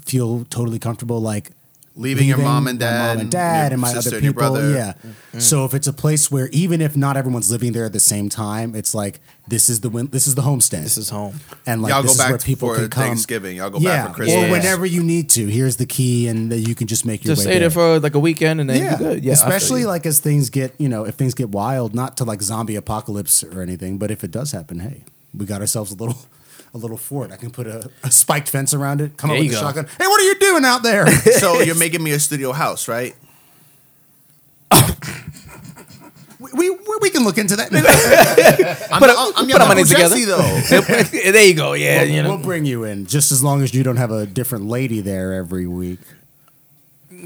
B: feel totally comfortable like
D: Leaving your mom and
B: my
D: dad
B: mom and
D: and
B: dad,
D: your
B: and my
D: sister
B: other
D: and your
B: people.
D: brother. Mm-hmm.
B: Yeah. So if it's a place where even if not everyone's living there at the same time, it's like this is the win- this is the homestead.
C: this is home.
B: and like
D: y'all go
B: this is
D: back
B: where people
D: for
B: can come.
D: Thanksgiving. Y'all go
B: yeah,
D: back for Christmas.
B: or whenever you need to. Here's the key, and that you can just make your
C: Just
B: way.
C: stay
B: there.
C: there for like a weekend and then
B: yeah.
C: you're good. Yeah, I feel
B: especially
C: you.
B: like as things get you know if things get wild, not to like zombie apocalypse or anything, but if it does happen, hey, we got ourselves a little. A little fort. I can put a, a spiked fence around it. Come
C: There
B: up
C: you
B: with a
C: go.
B: shotgun. Hey, what are you doing out there?
D: so you're making me a studio house, right?
B: we, we, we can look into that.
D: I'm,
C: Put
D: I'm,
C: our-
D: I'm
C: put our
D: your
C: money
D: Uncle Jesse,
C: together.
D: though.
C: there you go. Yeah,
B: we'll,
C: you know.
B: we'll bring you in just as long as you don't have a different lady there every week.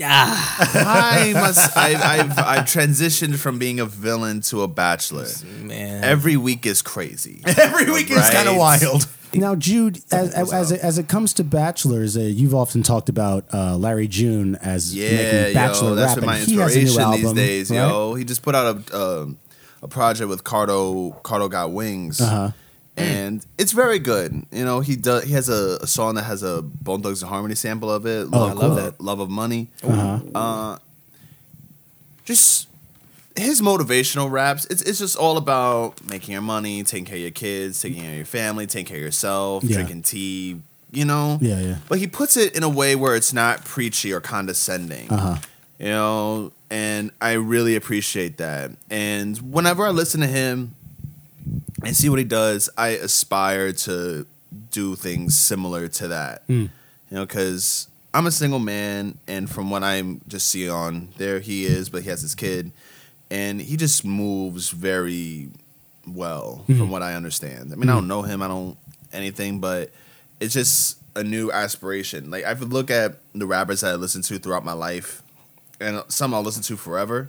C: Ah,
D: I must. I, I've I've transitioned from being a villain to a bachelor.
C: man.
D: Every week is crazy.
B: Every week is
D: Right.
B: kind of wild. Now, Jude, as as, as, it, as it comes to bachelors, uh, you've often talked about uh, Larry June as
D: Yeah,
B: making bachelor
D: yo, that's
B: rap,
D: been
B: and
D: my
B: he has a new
D: inspiration
B: album
D: these days,
B: right?
D: yo. He just put out a um a project with Cardo. Cardo got wings,
B: Uh-huh.
D: and it's very good. You know, he does. He has a, a song that has a Bone Thugs and Harmony sample of it. Love,
B: Oh, cool.
D: that love of money.
B: Uh-huh.
D: Uh, just his motivational raps. It's it's just all about making your money, taking care of your kids, taking care of your family, taking care of yourself,
B: Yeah.
D: drinking tea. You know,
B: Yeah, yeah.
D: But he puts it in a way where it's not preachy or condescending.
B: Uh-huh.
D: You know, and I really appreciate that. And whenever I listen to him and see what he does, I aspire to do things similar to that. You know, because I'm a single man, and from what I'm just see on there, he is, but he has his kid, and he just moves very well, from what I understand. I mean, I don't know him, I don't anything, but it's just a new aspiration. Like I would look at the rappers that I listened to throughout my life, and some I'll listen to forever,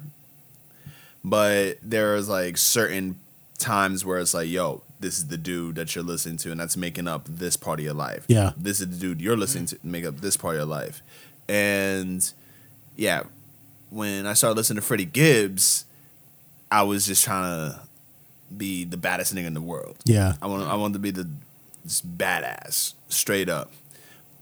D: but there's like certain times where it's like, yo, this is the dude that you're listening to, and that's making up this part of your life.
B: Yeah.
D: this is the dude you're listening to, make up this part of your life, and yeah, when I started listening to Freddie Gibbs, I was just trying to be the baddest nigga in the world.
B: Yeah.
D: I want I want to be the just badass straight up.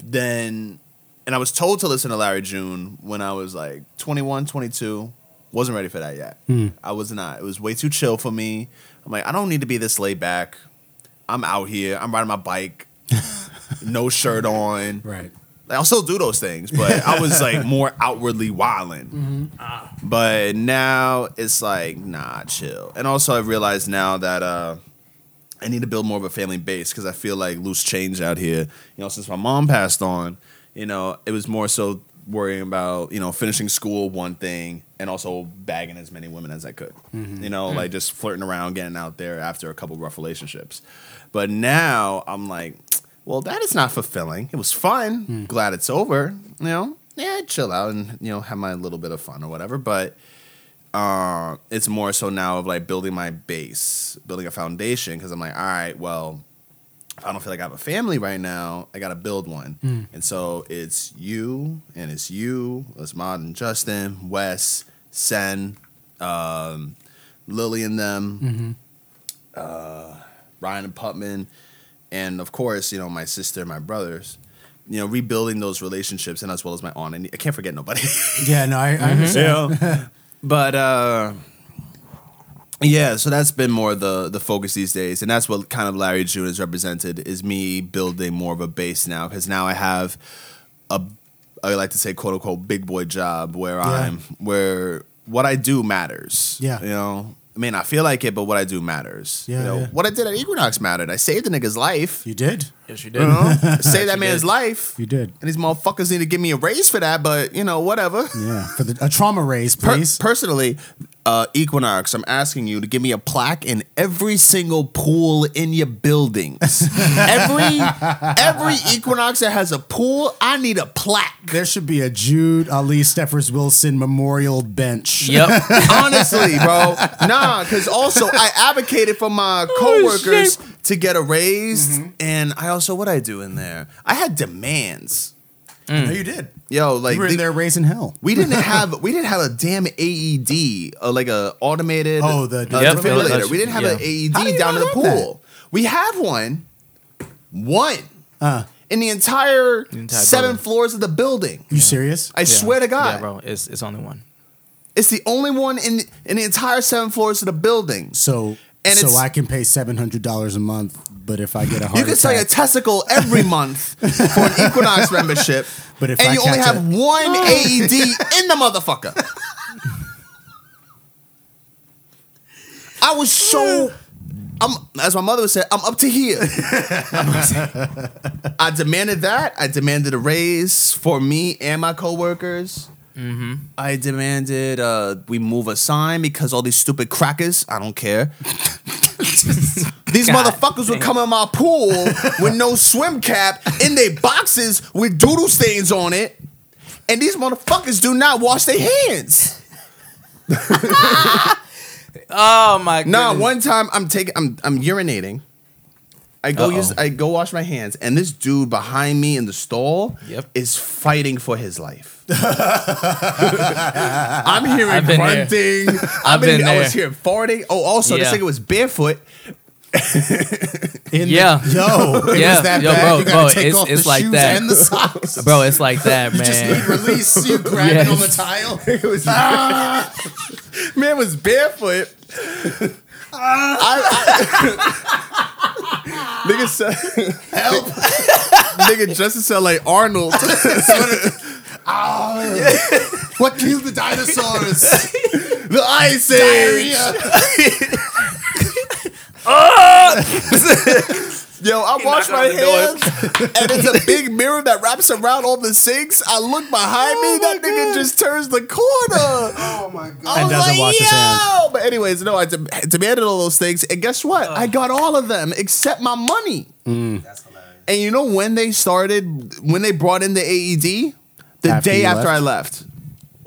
D: Then and I was told to listen to Larry June when I was like 21, 22. Wasn't ready for that yet. I was not. It was way too chill for me. I'm like, I don't need to be this laid back. I'm out here. I'm riding my bike, no shirt on.
B: Right.
D: Like, I'll still do those things, but I was like more outwardly wilding. But now it's like, nah, chill. And also, I realize now that uh, I need to build more of a family base because I feel like loose change out here. You know, since my mom passed on, You know, it was more so worrying about you know finishing school one thing and also bagging as many women as I could. You know, like just flirting around, getting out there after a couple rough relationships. But now I'm like, well, that is not fulfilling. It was fun. Glad it's over. You know, yeah, chill out and you know have my little bit of fun or whatever. But uh, it's more so now of like building my base, building a foundation because I'm like, all right, well, if I don't feel like I have a family right now, I got to build one. And so it's you and it's you, it's Mod and Justin, Wes, Sen, um, Lily and them, uh, Ryan and Putman, and of course, you know, my sister, my brothers. You know, rebuilding those relationships, and as well as my aunt. And I can't forget nobody.
B: Yeah, no, I, I
C: Mm-hmm.
B: understand.
D: Yeah. but uh, yeah, so that's been more the the focus these days, and that's what kind of Larry June has represented is me building more of a base now because now I have a I like to say quote unquote big boy job where I'm where what I do matters.
B: Yeah.
D: you know. I may not feel like it, but what I do matters.
B: Yeah,
D: you know,
B: yeah.
D: what I did at Equinox mattered. I saved a nigga's life.
B: You did.
C: Yes,
D: You know, saved that man's
C: did.
D: life.
B: You did.
D: And these motherfuckers need to give me a raise for that, but you know, whatever.
B: Yeah, for the a trauma raise,
D: Per-
B: please.
D: personally, uh, Equinox, I'm asking you to give me a plaque in every single pool in your buildings. every every Equinox that has a pool, I need a plaque.
B: there should be a Jude Ali Steffers Wilson memorial bench.
C: Yep.
D: Honestly, bro. Nah, because also I advocated for my
B: Oh,
D: coworkers to get a raise,
B: Mm-hmm.
D: and I also what I do in there. I had demands.
B: No, you did.
D: Yo, Mm. like
B: You were in
D: the-
B: there raising hell.
D: We didn't have we didn't have a damn AED, uh, like a automated
B: Oh, the-
D: uh,
B: Yep,
D: defibrillator.
C: the-
D: We didn't have
C: yeah.
D: an
B: How do
D: AED
B: you
D: down in the
B: not have
D: pool. We have one, one
B: Uh,
D: in the entire,
C: entire
D: seven
C: building.
D: floors of the building.
B: you serious?
D: I swear to God,
C: Yeah, bro. It's, it's only one.
D: it's the only one in in the entire seven floors of the building.
B: So,
D: And
B: so
D: it's-
B: I can pay seven hundred dollars a month, but if I get a heart
D: You can sell your
B: attack,
D: testicle every month for an Equinox membership,
B: But if
D: and
B: I
D: you only
B: catch
D: have
B: a-
D: one AED in the motherfucker. I was so. I'm, as my mother would say, I'm up to here. I demanded that. I demanded a raise for me and my coworkers. I demanded uh, we move a sign because all these stupid crackers. I don't care. These motherfuckers would come in my pool with no swim cap in their boxes with doodle stains on it. And these motherfuckers do not wash their hands.
C: Oh my
D: Nah,
C: god.
D: one time I'm taking I'm I'm urinating. I go
C: Uh-oh.
D: use I go wash my hands, and this dude behind me in the stall
C: Yep.
D: is fighting for his life. I'm hearing
C: I've been there.
D: grunting.
C: I've
D: I've been,
C: been
D: I was
C: there.
D: hearing farting. Oh, also this
C: Yeah.
D: nigga was barefoot.
B: in the-
C: Yeah.
B: yo, it was
C: Yeah,
B: that
C: yo,
B: bad.
C: bro,
B: you gotta
C: bro,
B: take
C: it's-
B: off
C: it's
B: the
C: like
B: shoes
C: that.
B: and the socks.
C: Bro, it's like that,
B: you just need
C: man.
B: release. You grab it on the
C: Yes.
B: tile. Ah.
D: Man was barefoot.
B: Ah.
D: I, I, nigga said, nigga Justin sound like Arnold.
B: Ah. What killed the dinosaurs?
D: the Ice Age.
B: Diarrhea.
D: Ah. Yo, I wash my hands, and it's a big mirror that wraps around all the sinks. I look behind me, that nigga just turns the corner. Oh my god! I
B: And
D: was
B: doesn't
D: like,
B: wash
D: Yo!
B: his hands.
D: But anyways, no, I dem- demanded all those things, and guess what? I got all of them except my money. And you know when they started? When they brought in the AED? The
B: After
D: day
B: you
D: after
B: left?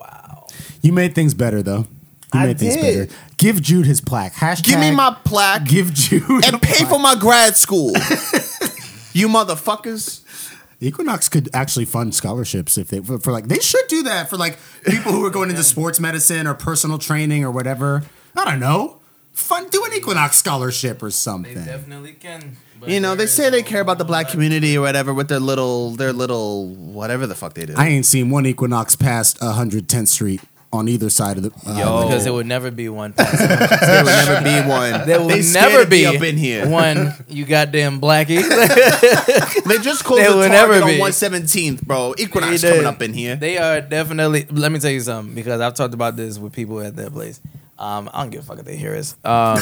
D: I left.
B: You made things better though. You
D: I
B: made things
D: did.
B: better. Give Jude his plaque. Hashtag
D: Give me my plaque
B: give Jude a
D: and pay
B: plaque.
D: for my grad school. you motherfuckers.
B: Equinox could actually fund scholarships if they for, for like they should do that for like people who are going into sports medicine or personal training or whatever. I don't know. Fund do an Equinox scholarship or something.
C: Definitely can.
D: You know, they say they care about the black community or whatever with their little, their little, whatever the fuck they do.
B: I ain't seen one Equinox past 110th Street on either side of the. Uh,
C: because there would never be one. person.
D: there will never be one.
C: There will
D: They scared
C: never
D: to be
C: be
D: up in here.
C: one. You goddamn blackie.
D: They just closed
C: There will
D: the
C: never
D: target on
C: be.
D: 117th, bro. Equinox
C: They
D: coming
C: did.
D: up in here.
C: They are definitely. Let me tell you something because I've talked about this with people at that place. Um, I don't give a fuck if they hear us. Um,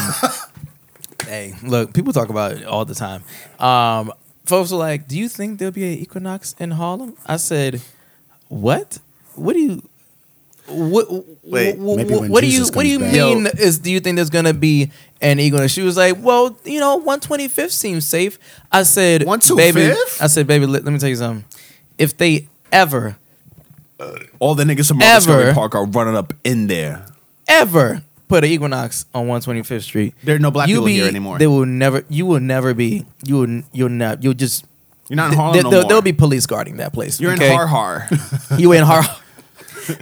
C: hey, look, people talk about it all the time. Um, folks were like, "Do you think there'll be an equinox in Harlem?" I said, "What? What do you? What?
D: Wait,
C: wh- wh-
B: maybe when
C: what do you?
B: Jesus
C: What do you
B: comes
C: mean?
B: back.
C: Is do you think there's gonna be an equinox?" She was like, "Well, you know, one twenty fifth seems safe." I said,
D: 125th?
C: baby." I said, "Baby, let, let me tell you something. If they ever,
D: All the niggas from Market
C: Ever.
D: Square Park are running up in there.
C: ever put an equinox on one twenty fifth Street,
D: There are no black
C: you
D: people
C: be,
D: here anymore.
C: They will never. You will never be. You will. n- You'll not. You'll just."
D: You're not in
C: th-
D: Harlem
C: there-
D: no
C: there'll,
D: more.
C: there'll be police guarding that place.
D: You're
C: okay?
D: in Har Har.
C: You in hard.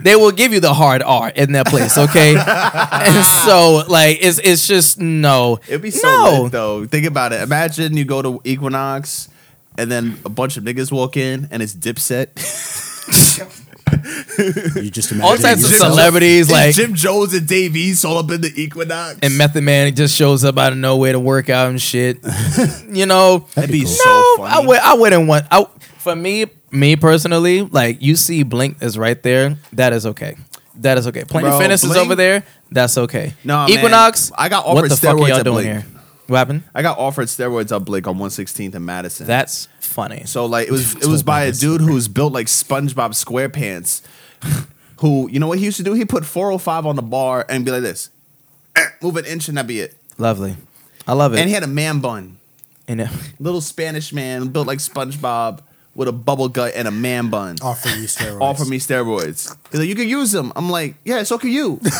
C: they will give you the hard R in that place, okay? and so, like, it's it's just no.
D: It'd be so
C: no.
D: lit though. Think about it. Imagine you go to Equinox and then a bunch of niggas walk in and it's Dipset.
B: You just imagine
C: All types of
B: yourself-
C: celebrities, like,
D: Jim Jones and Dave East all up in the Equinox.
C: and Method Man just shows up out of nowhere to work out and shit. you know,
B: That'd be
D: That'd be
B: cool.
D: so
C: no,
D: funny.
C: I would. I wouldn't want. I for me, me personally, like you see, Blink is right there. That is okay. That is okay. Planet
D: Bro,
C: Fitness is
D: Blink-
C: over there. That's okay.
D: Nah, man.
C: Equinox.
D: I got
C: What
D: offered
C: the fuck are
D: steroids
C: y'all
D: at
C: doing
D: Blink.
C: here? What happened?
D: I got offered steroids up Blake on 116th and Madison.
C: That's funny.
D: so like it was it was by a dude who's built like SpongeBob SquarePants. Who you know what he used to do? He put 405 on the bar and be like this, Eh, move an inch and that'd be it.
C: Lovely. I love it.
D: And he had a man bun.
C: And it-
D: little Spanish man built like SpongeBob with a bubble gut and a man bun.
B: Offer you steroids.
D: Offer me steroids. He's like, you can use them. I'm like, yeah, so can you.
C: yeah,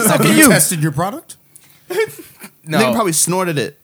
C: so
B: Have
C: can
B: you
C: you.
B: tested your product?
D: Nigga
C: No,
D: probably snorted it.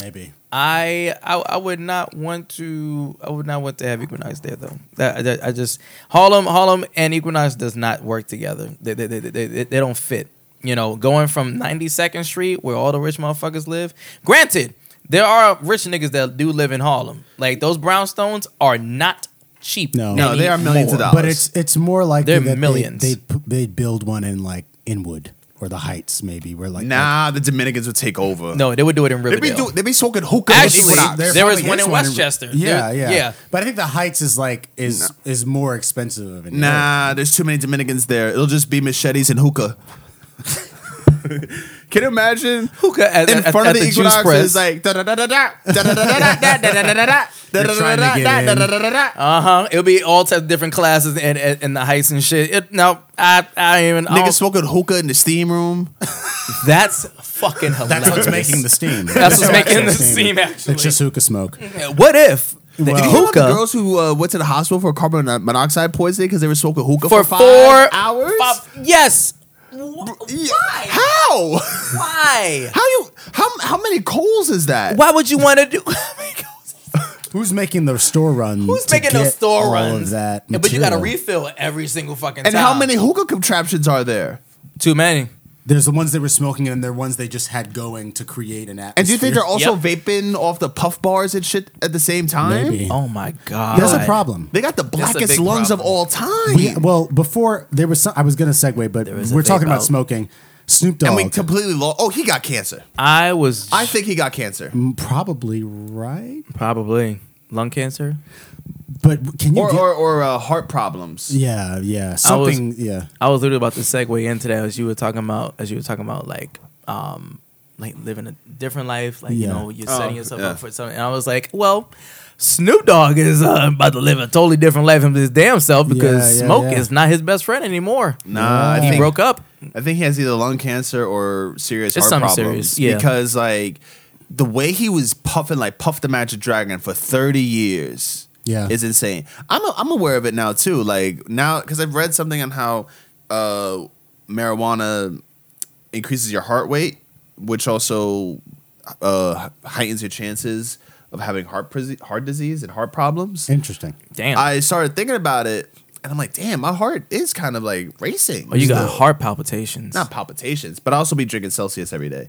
B: Maybe.
C: I, I I would not want to. I would not want to have Equinox there though. That, that- I just Harlem Harlem and Equinox does not work together. They they, they, they, they, they don't fit. You know, going from 92nd Street where all the rich motherfuckers live. Granted, there are rich niggas that do live in Harlem. Like those brownstones are not cheap.
B: No. No,
D: they are millions of
C: anymore.
B: But
D: dollars.
B: it's it's more like
C: They're
B: that they-
C: millions.
B: They p- they build one in like Inwood or the Heights maybe where like
D: Nah, the Dominicans would take over.
C: No, they would do it in
D: They be,
C: Riverdale.
D: do, they be smoking hookah. with
C: Actually,
D: Equinox.
C: there
B: probably
C: was one
B: is
C: in
B: Ri-
C: Westchester.
B: Yeah,
C: There-
B: yeah,
C: yeah.
B: But I think the Heights is like is is more expensive. Of an area.
D: Nah, there's too many Dominicans there. It'll just be machetes and hookah. Can you imagine
C: Hookah at-
D: in
C: at-
D: front
C: at
D: of
C: the
D: the
C: juice
D: Equinox
C: press.
D: is like da da da da da da da da da da
B: They're trying to get in.
C: Uh huh. It'll be all types of different classes and and, and the heights and shit. It, no, I I ain't even. I
D: Niggas
C: don't-
D: smoking hookah in the steam room.
C: that's fucking hilarious.
B: That's what's making the steam.
C: That's what's making the
B: Steam.
C: steam. Actually,
B: It's just hookah smoke.
C: what if the
B: Did you
D: You know about the
C: hookah
D: girls who uh, went to the hospital for carbon monoxide poisoning because they were smoking hookah for,
C: for
D: five
C: four
D: hours?
C: five- yes.
D: Yeah. How?
C: Why?
D: How you? How how many coals is that?
C: Why would you want to do?
B: Who's making the store runs?
C: Who's
B: to
C: making those
B: get
C: store
B: all
C: runs?
B: Of that
C: but you got to
B: material?
C: refill every single fucking
D: And
C: time.
D: how many hookah contraptions are there?
C: Too many.
B: There's the ones they were smoking, and there are ones they just had going to create an atmosphere.
D: And do you think they're also
C: Yep.
D: vaping off the puff bars and shit at the same time?
B: Maybe.
C: Oh my god.
B: There's a problem.
D: They got the
C: a
D: blackest
C: big
D: lungs of
C: problem.
D: all time.
B: We, well, before there was some, I was going to segue, but
C: was a
B: we're talking
C: vape
B: about
C: out.
B: smoking. Snoop
D: and
B: Dogg,
D: we completely lost. Oh, he got cancer.
C: I was
D: I think he got cancer.
B: probably right,
C: probably lung cancer.
B: but can you?
D: Or
B: get-
D: or, or uh, heart problems.
B: yeah, yeah,
C: I was-
B: something. yeah,
C: I was literally about to segue into that as you were talking about as you were talking about like um like living a different life, like you
B: Yeah.
C: know, you're
D: Oh,
C: setting yourself
D: yeah.
C: up for something. And I was like, well, Snoop Dogg is uh, about to live a totally different life from his damn self because
B: Yeah, yeah,
C: Smoke
B: yeah.
C: is not his best friend anymore.
D: Nah, I
C: he
D: think-
C: broke up.
D: I think he has either lung cancer or serious
C: It's
D: heart
C: something
D: problems.
C: serious, yeah.
D: Because like the way he was puffing like Puff the Magic Dragon for thirty years,
B: Yeah.
D: is insane. I'm a, I'm aware of it now too. Like now because I've read something on how uh, marijuana increases your heart rate, which also uh, heightens your chances of having heart prese- heart disease and heart problems.
B: interesting.
C: Damn.
D: I started thinking about it, and I'm like, damn, my heart is kind of like racing.
C: oh, you got
D: still
C: heart palpitations.
D: not palpitations, but I also be drinking Celsius every day,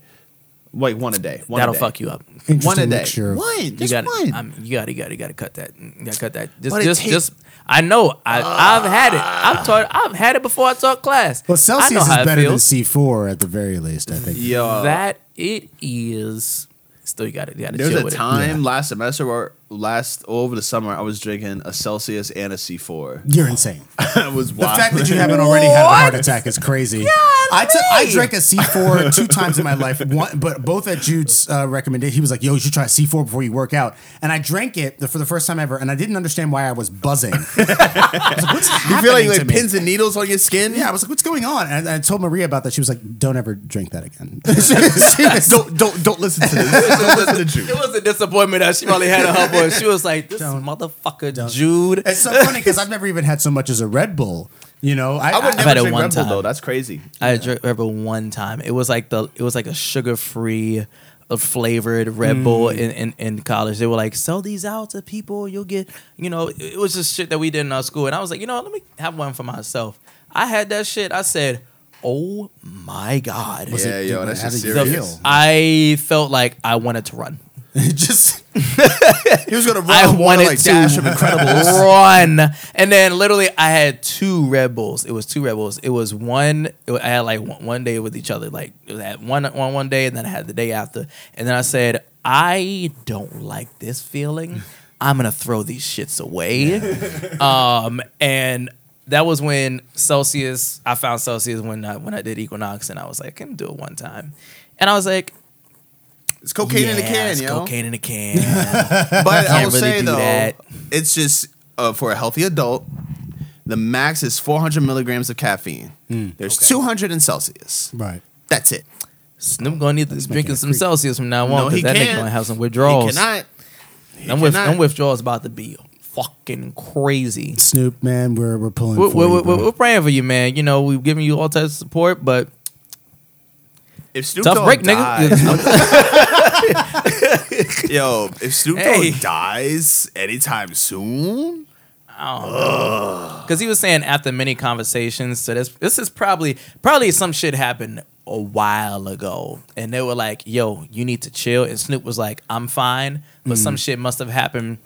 D: like one a day. One
C: That'll
D: a day.
C: fuck you up.
B: Interesting
D: One a day.
B: mixture. of-
D: One,
C: You
D: just
C: got
D: one.
C: I mean, you got to got to got to cut that. You got to cut that. Just
D: But it
C: just
D: take-
C: just I know. I I've had it. I've taught I've had it before I taught class.
B: Well,
C: I know
B: Celsius is
C: how it
B: better than
C: feels.
B: C4 at the very least, I think.
D: Yo,
C: Uh, that it is. Still, you got to You got to
D: there's
C: chill
D: a
C: with
D: time last semester where last over the summer, I was drinking a Celsius and a C4.
B: You're insane.
D: I was
B: The
D: wild.
B: fact that you haven't already had a heart attack is crazy. I took- I drank a C4 two times in my life, one, but both at Jude's uh, recommendation. He was like, yo, you should try C4 before you work out. And I drank it for the first time ever, and I didn't understand why I was buzzing. I was like, What's
D: you feel like,
B: happening to
D: like
B: me?
D: pins and needles on your skin?
B: Yeah, I was like, "What's going on?" And I told Maria about that. She was like, "Don't ever drink that again." She was- she was-
D: Don't don't don't listen to this. Don't listen to Drew.
C: It was a disappointment that she probably had in her boy. She was like, "This
B: Don't.
C: motherfucker, Jude."
B: it's so funny because I've never even had so much as a Red Bull. You know, I,
D: I would
B: I-
C: had it
D: never drink
C: one
D: Red Bull
C: time.
D: though. That's crazy.
C: I drank Red Bull one time. It was like the it was like a sugar free, flavored Red
B: Mm.
C: Bull in, in in college. They were like, sell these out to people. You'll get you know. It was just shit that we did in our school, and I was like, you know, what, let me have one for myself. I had that shit. I said, oh my god.
B: Was
D: Yeah,
B: it-
D: yo,
B: did-
D: that's
B: how
D: just
B: did you
D: serious.
B: feel?
C: I felt like I wanted to run.
B: just
D: He was gonna
C: I
D: run one
C: wanted
D: like
C: to
D: dash of Incredibles.
C: run, and then literally I had two Red Bulls. It was two Red Bulls. It was one. It was, I had like one, one day with each other. Like it was at one one one day, and then I had the day after. And then I said, I don't like this feeling. I'm gonna throw these shits away. um, and that was when Celsius. I found Celsius when I when I did Equinox, and I was like, I can do it one time. And I was like,
D: It's cocaine in a
C: "Yeah,
D: can,
C: it's
D: yo.
C: Cocaine in a can.
D: But I
C: Can't
D: will
C: really
D: say
C: do
D: though,
C: that.
D: it's just uh, for a healthy adult. The max is 400 milligrams of caffeine.
C: Hmm.
D: There's 200 in Celsius.
B: right.
D: That's it.
C: Snoop gonna need to drinking some Celsius from now
D: No,
C: on
D: he
C: because that nigga
D: can't.
C: gonna have some
D: He
C: withdrawals.
D: cannot.
C: Them, with,
D: cannot.
C: them withdrawals about to be fucking crazy.
B: Snoop, man, we're we're pulling.
C: We're,
B: for
C: we're,
B: you,
C: we're,
B: bro.
C: we're praying for you, man. You know we've given you all types of support, but
D: If Snoop
C: tough
D: Dogg
C: break,
D: dies,
C: nigga.
D: yo, if Snoop Dogg
C: Hey.
D: dies anytime soon,
C: Because he was saying after many conversations, so this this is probably probably some shit happened a while ago, and they were like, "Yo, you need to chill." And Snoop was like, "I'm fine," but some
D: Mm-hmm.
C: shit must have happened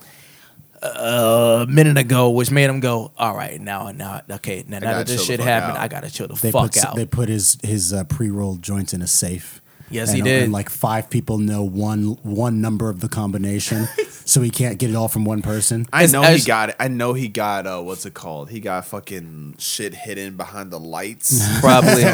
C: uh, a minute ago, which made him go, "All right, now, now, okay, now, now
D: gotta
C: that this
D: chill the
C: shit
D: fuck
C: happened,
D: out."
C: I gotta chill the
B: They
C: fuck
B: put
C: out."
B: they put his his uh, pre rolled joints in a safe.
C: Yes,
B: and,
C: he
B: uh,
C: did.
B: And like five people know one one number of the combination, so he can't get it all from one person.
D: I
C: It's-
D: know
C: it's-
D: he got it. I know he got uh, what's it called? He got fucking shit hidden behind the lights.
C: Oh. Probably.
B: they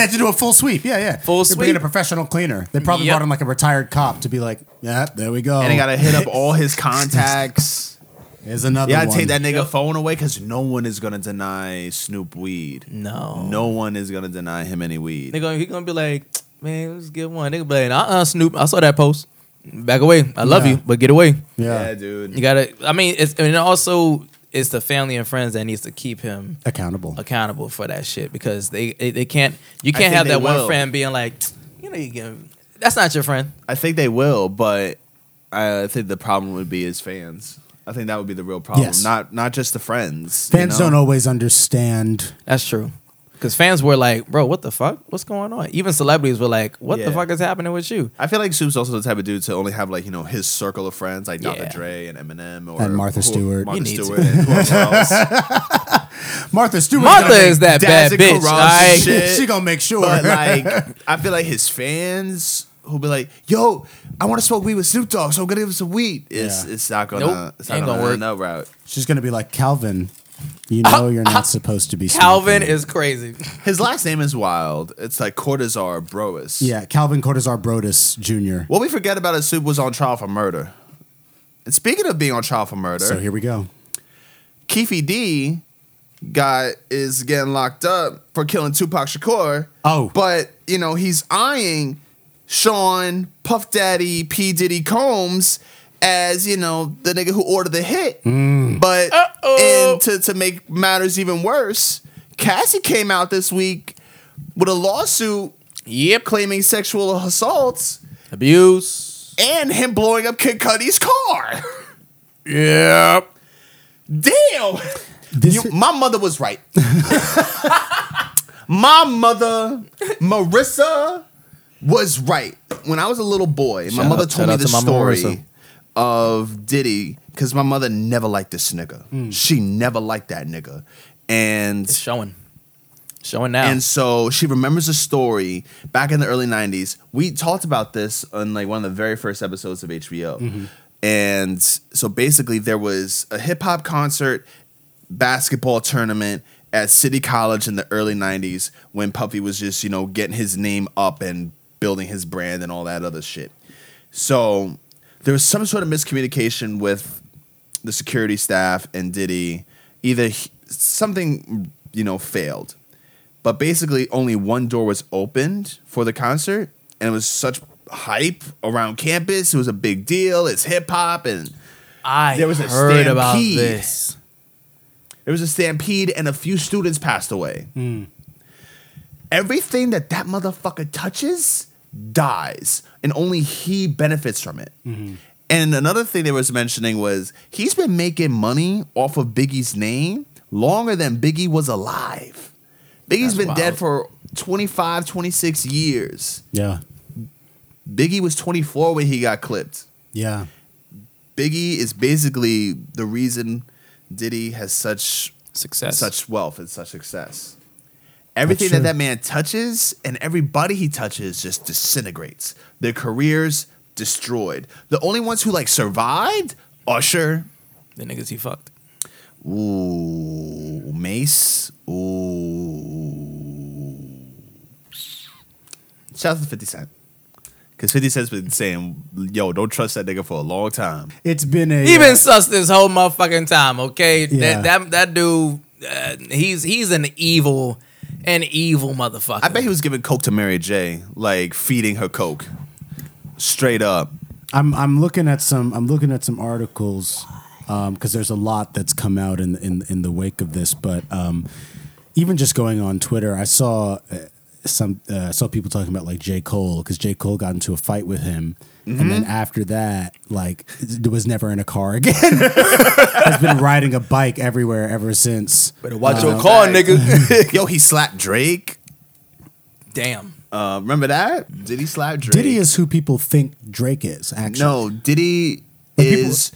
B: had to do a full sweep. Yeah, yeah.
C: Full
B: They bring in a
C: sweep.
B: professional cleaner. They probably
C: Yep.
B: brought in like a retired cop to be like, yeah, there we go.
D: and he gotta hit up all his contacts.
B: Here's another
D: Yeah,
B: one.
D: take that nigga phone away because no one is gonna deny Snoop weed.
C: no,
D: No one is gonna deny him any weed.
C: They gonna he gonna be like, man, let's get one. They gonna be like, uh, uh Snoop, I saw that post. Back away. I love
B: Yeah.
C: you, but get away.
B: Yeah.
D: dude.
C: You gotta. I mean, it's and also it's the family and friends that needs to keep him
B: Accountable.
C: accountable for that shit because they they, they can't. You
D: I
C: can't
D: think
C: have
D: they
C: that one
D: will.
C: friend being like, you know, you can, that's not your friend.
D: I think they will, but I think the problem would be his fans. I think that would be the real problem.
B: Yes.
D: Not not just the friends. you
B: Fans don't always understand.
C: That's true. Because fans were like, bro, what the fuck? What's going on? Even celebrities were like, what
D: Yeah.
C: the fuck is happening with you?
D: I feel like Snoop's also the type of dude to only have like you know his circle of friends, like Dr.
C: Yeah.
D: Dre and Eminem, or
B: And Martha
D: who-
B: Stewart.
D: Martha
C: You need to.
D: Stewart, and whoever else.
B: Martha
D: Oh
B: Stewart.
C: Martha is that bad
D: Dazzle
C: bitch.
D: Carrasco
C: All right?
D: shit.
B: she gonna make sure.
D: But like, I feel like his fans who'll be like, "Yo, I want to smoke weed with Snoop Dogg, so I'm gonna give him some weed." It's
B: Yeah.
D: it's not gonna
C: Nope,
D: it's not
C: ain't
D: gonna,
C: gonna
D: work.
C: work.
D: That route.
B: She's gonna be like Calvin. You know you're not supposed to be.
C: Calvin
B: smoking."
C: is crazy.
D: His last name is wild. It's like Cortazar Brois.
B: Yeah, Calvin Cortazar Brodus Jr.
D: What we forget about is Snoop was on trial for murder. And speaking of being on trial for murder,
B: So here we go.
D: Keefy D guy is getting locked up for killing Tupac Shakur.
B: Oh.
D: But, you know, he's eyeing Sean, Puff Daddy, P. Diddy Combs as, you know, the nigga who ordered the hit.
B: Mm.
D: But and to, to make matters even worse, Cassie came out this week with a lawsuit
C: yep.
D: claiming sexual assaults
C: Abuse.
D: and him blowing up Kid Cudi's car.
C: Yep.
D: Damn.
B: This
D: You- my mother was right. my mother, Marissa, was right. When I was a little boy, my
C: Shout
D: mother told
C: out- shout
D: me
C: out
D: the
C: to Mama Marissa.
D: story of Diddy because my mother never liked this nigga. She never liked that nigga, and
C: It's showing. Showing now.
D: and so she remembers a story back in the early 90s. We talked about this on like one of the very first episodes of HBO. And so basically, there was a hip hop concert, basketball tournament at City College in the early 90s when Puffy was just, you know, getting his name up and building his brand and all that other shit. So there was some sort of miscommunication with the security staff and Diddy. Either he- something, you know, failed. But basically, only one door was opened for the concert, and it was such hype around campus. It was a big deal. It's hip hop, and
C: I
D: There was a
C: heard about
D: stampede.
C: this.
D: there was a stampede, and a few students passed away.
C: Hmm.
D: Everything that that motherfucker touches dies, and only he benefits from it.
C: Mm-hmm.
D: And another thing they was mentioning was he's been making money off of Biggie's name longer than Biggie was alive. Biggie's
C: That's
D: been dead
C: wild.
D: for 25, 26 years.
B: Yeah.
D: Biggie was 24 when he got clipped.
B: Yeah.
D: Biggie is basically the reason Diddy has such
C: Success.
D: such wealth and such success. Everything
B: That's
D: that
B: true.
D: that man touches and everybody he touches just disintegrates. Their careers destroyed. The only ones who like survived Usher,
C: the niggas he fucked.
D: ooh, Mace, ooh. Shout out to 50 Cent. Because 50 Cent's been saying, yo, don't trust that nigga for a long time.
B: It's been a
C: He
B: uh,
C: been sus this whole motherfucking time, okay?
B: Yeah.
C: That that that dude, uh, he's he's an evil, an evil motherfucker.
D: I bet he was giving coke to Mary J, like feeding her coke, straight up.
B: uh, I'm I'm looking at some I'm looking at some articles because there's a lot that's come out in in in the wake of this. But um, even just going on Twitter, I saw uh, some uh, I saw people talking about like J Cole because J Cole got into a fight with him, and then after that, like was never in a car again. Has been riding a bike everywhere ever since.
C: Better watch your
D: Uh,
C: car,
D: like-
C: nigga.
D: Yo, he slapped Drake.
C: Damn.
D: Uh, remember that? Did he slap Drake?
B: Diddy is who people think Drake is. Actually,
D: no. Diddy
B: But people-
D: is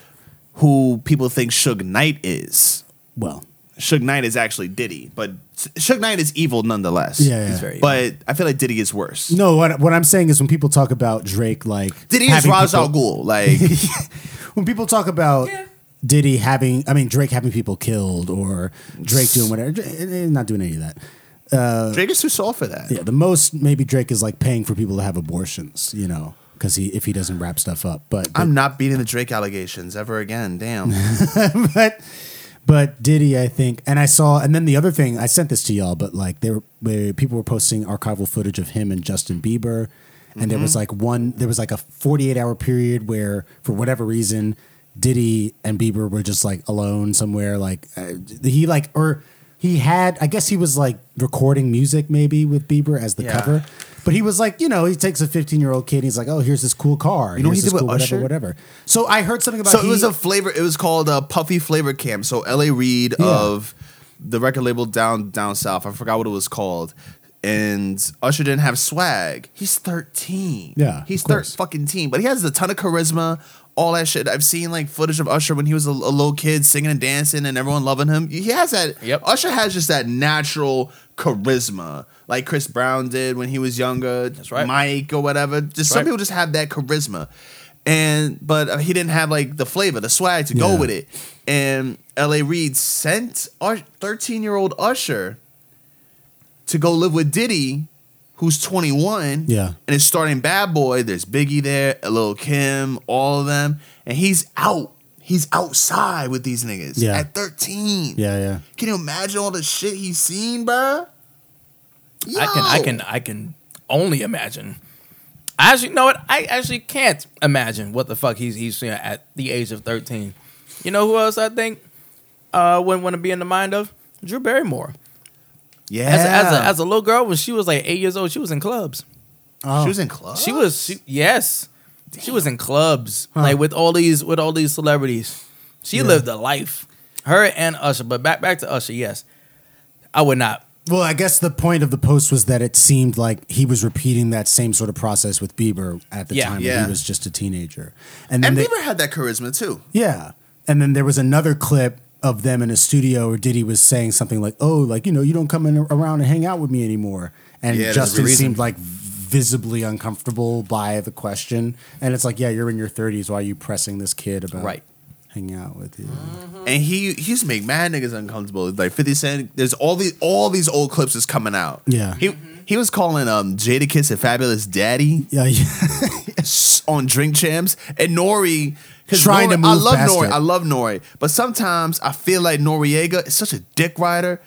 D: who people think Suge Knight is.
B: Well,
D: Suge Knight is actually Diddy, but S- Suge Knight is evil nonetheless.
B: Yeah, yeah. He's
C: very
D: but I feel like Diddy is worse.
B: no. What what I'm saying is when people talk about Drake, like
D: Diddy is
B: having
D: Ra's
B: people-
D: al Ghul. Like
B: when people talk about
C: Yeah.
B: Diddy having, I mean, Drake having people killed or Drake doing whatever, Dra- eh, eh, not doing any of that.
D: Drake is too soft for that.
B: Yeah, the most maybe Drake is like paying for people to have abortions, you know, because he if he doesn't wrap stuff up. But but,
D: I'm not beating the Drake allegations ever again. Damn.
B: but but Diddy, I think, and I saw, and then the other thing I sent this to y'all, but like they were they, people were posting archival footage of him and Justin Bieber, and there
D: Mm-hmm.
B: was like one there was like a 48 hour period where for whatever reason Diddy and Bieber were just like alone somewhere, like uh, he like or he had I guess he was like recording music maybe with Bieber as the
D: Yeah.
B: cover. But he was like, you know, he takes a 15 year old kid. And he's like, oh, here's this cool car. You
D: know what he
B: here's
D: did
B: this
D: with
B: cool
D: Usher?
B: whatever, whatever. So I heard something about.
D: So it
B: he-
D: was a flavor. It was called uh, Puffy Flavor Camp. So L.A. Reid of the record label down down south. I forgot what it was called. And Usher didn't have swag. He's thirteen.
B: Yeah,
D: he's
B: of course.
D: thirteen fucking teen, but he has a ton of charisma. All that shit. I've seen like footage of Usher when he was a, a little kid singing and dancing, and everyone loving him. He has that.
C: Yep.
D: Usher has just that natural charisma, like Chris Brown did when he was younger. That's
C: right.
D: Mike or whatever. Just some
C: right.
D: people just have that charisma, and but uh, he didn't have like the flavor, the swag to go
B: Yeah.
D: with it. And L.A. Reid sent thirteen-year-old Usher to go live with Diddy, who's twenty-one.
B: Yeah.
D: and it's starting Bad Boy. There's Biggie there, Lil Kim, all of them, and he's out. He's outside with these niggas
B: Yeah.
D: at thirteen.
B: Yeah, yeah.
D: Can you imagine all the shit he's seen, bruh?
C: I can I
D: Yo!
C: can I can only imagine. I actually know what I actually can't imagine what the fuck he's he's seen at the age of thirteen. You know who else I think uh, wouldn't want to be in the mind of Drew Barrymore.
D: Yeah.
C: As, a, as, a, as a little girl, when she was like eight years old, she was in clubs.
B: Oh.
D: she was in club.
C: She was she, yes, she was in clubs like with all these with all these celebrities. She lived a life. Her and Usher, but back back to Usher. Yes, I would not.
B: Well, I guess the point of the post was that it seemed like he was repeating that same sort of process with Bieber at the
C: Yeah.
B: time when
D: Yeah.
B: he was just a teenager. And then
D: and
B: they-
D: Bieber had that charisma too.
B: yeah. And then there was another clip of them in a studio where Diddy was saying something like, "Oh, like, you know, you don't come in around and hang out with me anymore." And
D: Yeah, there's a
B: Justin
D: reason.
B: seemed like v- visibly uncomfortable by the question. And it's like, yeah, you're in your 30s. Why are you pressing this kid about
C: Right.
B: hanging out with you?
C: Mm-hmm.
D: and he he used to make mad niggas uncomfortable. Like Fifty Cent, there's all these all these old clips is coming out.
B: Yeah.
D: he he was calling um Jada Kiss and Fabulous Daddy
B: Yeah, yeah.
D: s- on Drink Champs and Nori. 'cause
B: Trying
D: Nori,
B: to
D: I
B: move
D: love
B: past
D: Nori.
B: it.
D: I love Nori, but sometimes I feel like Noriega is such a dick rider.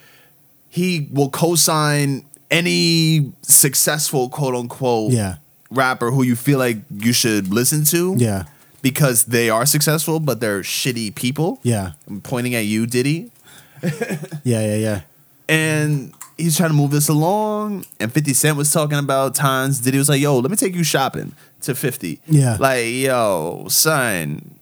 D: He will co-sign any successful quote unquote
B: Yeah.
D: rapper who you feel like you should listen to.
B: Yeah.
D: Because they are successful, but they're shitty people.
B: Yeah.
D: I'm pointing at you, Diddy.
B: Yeah. Yeah. Yeah.
D: And he's trying to move this along. And 50 Cent was talking about times Diddy was like, yo, let me take you shopping to 50.
B: Yeah.
D: Like, yo, son,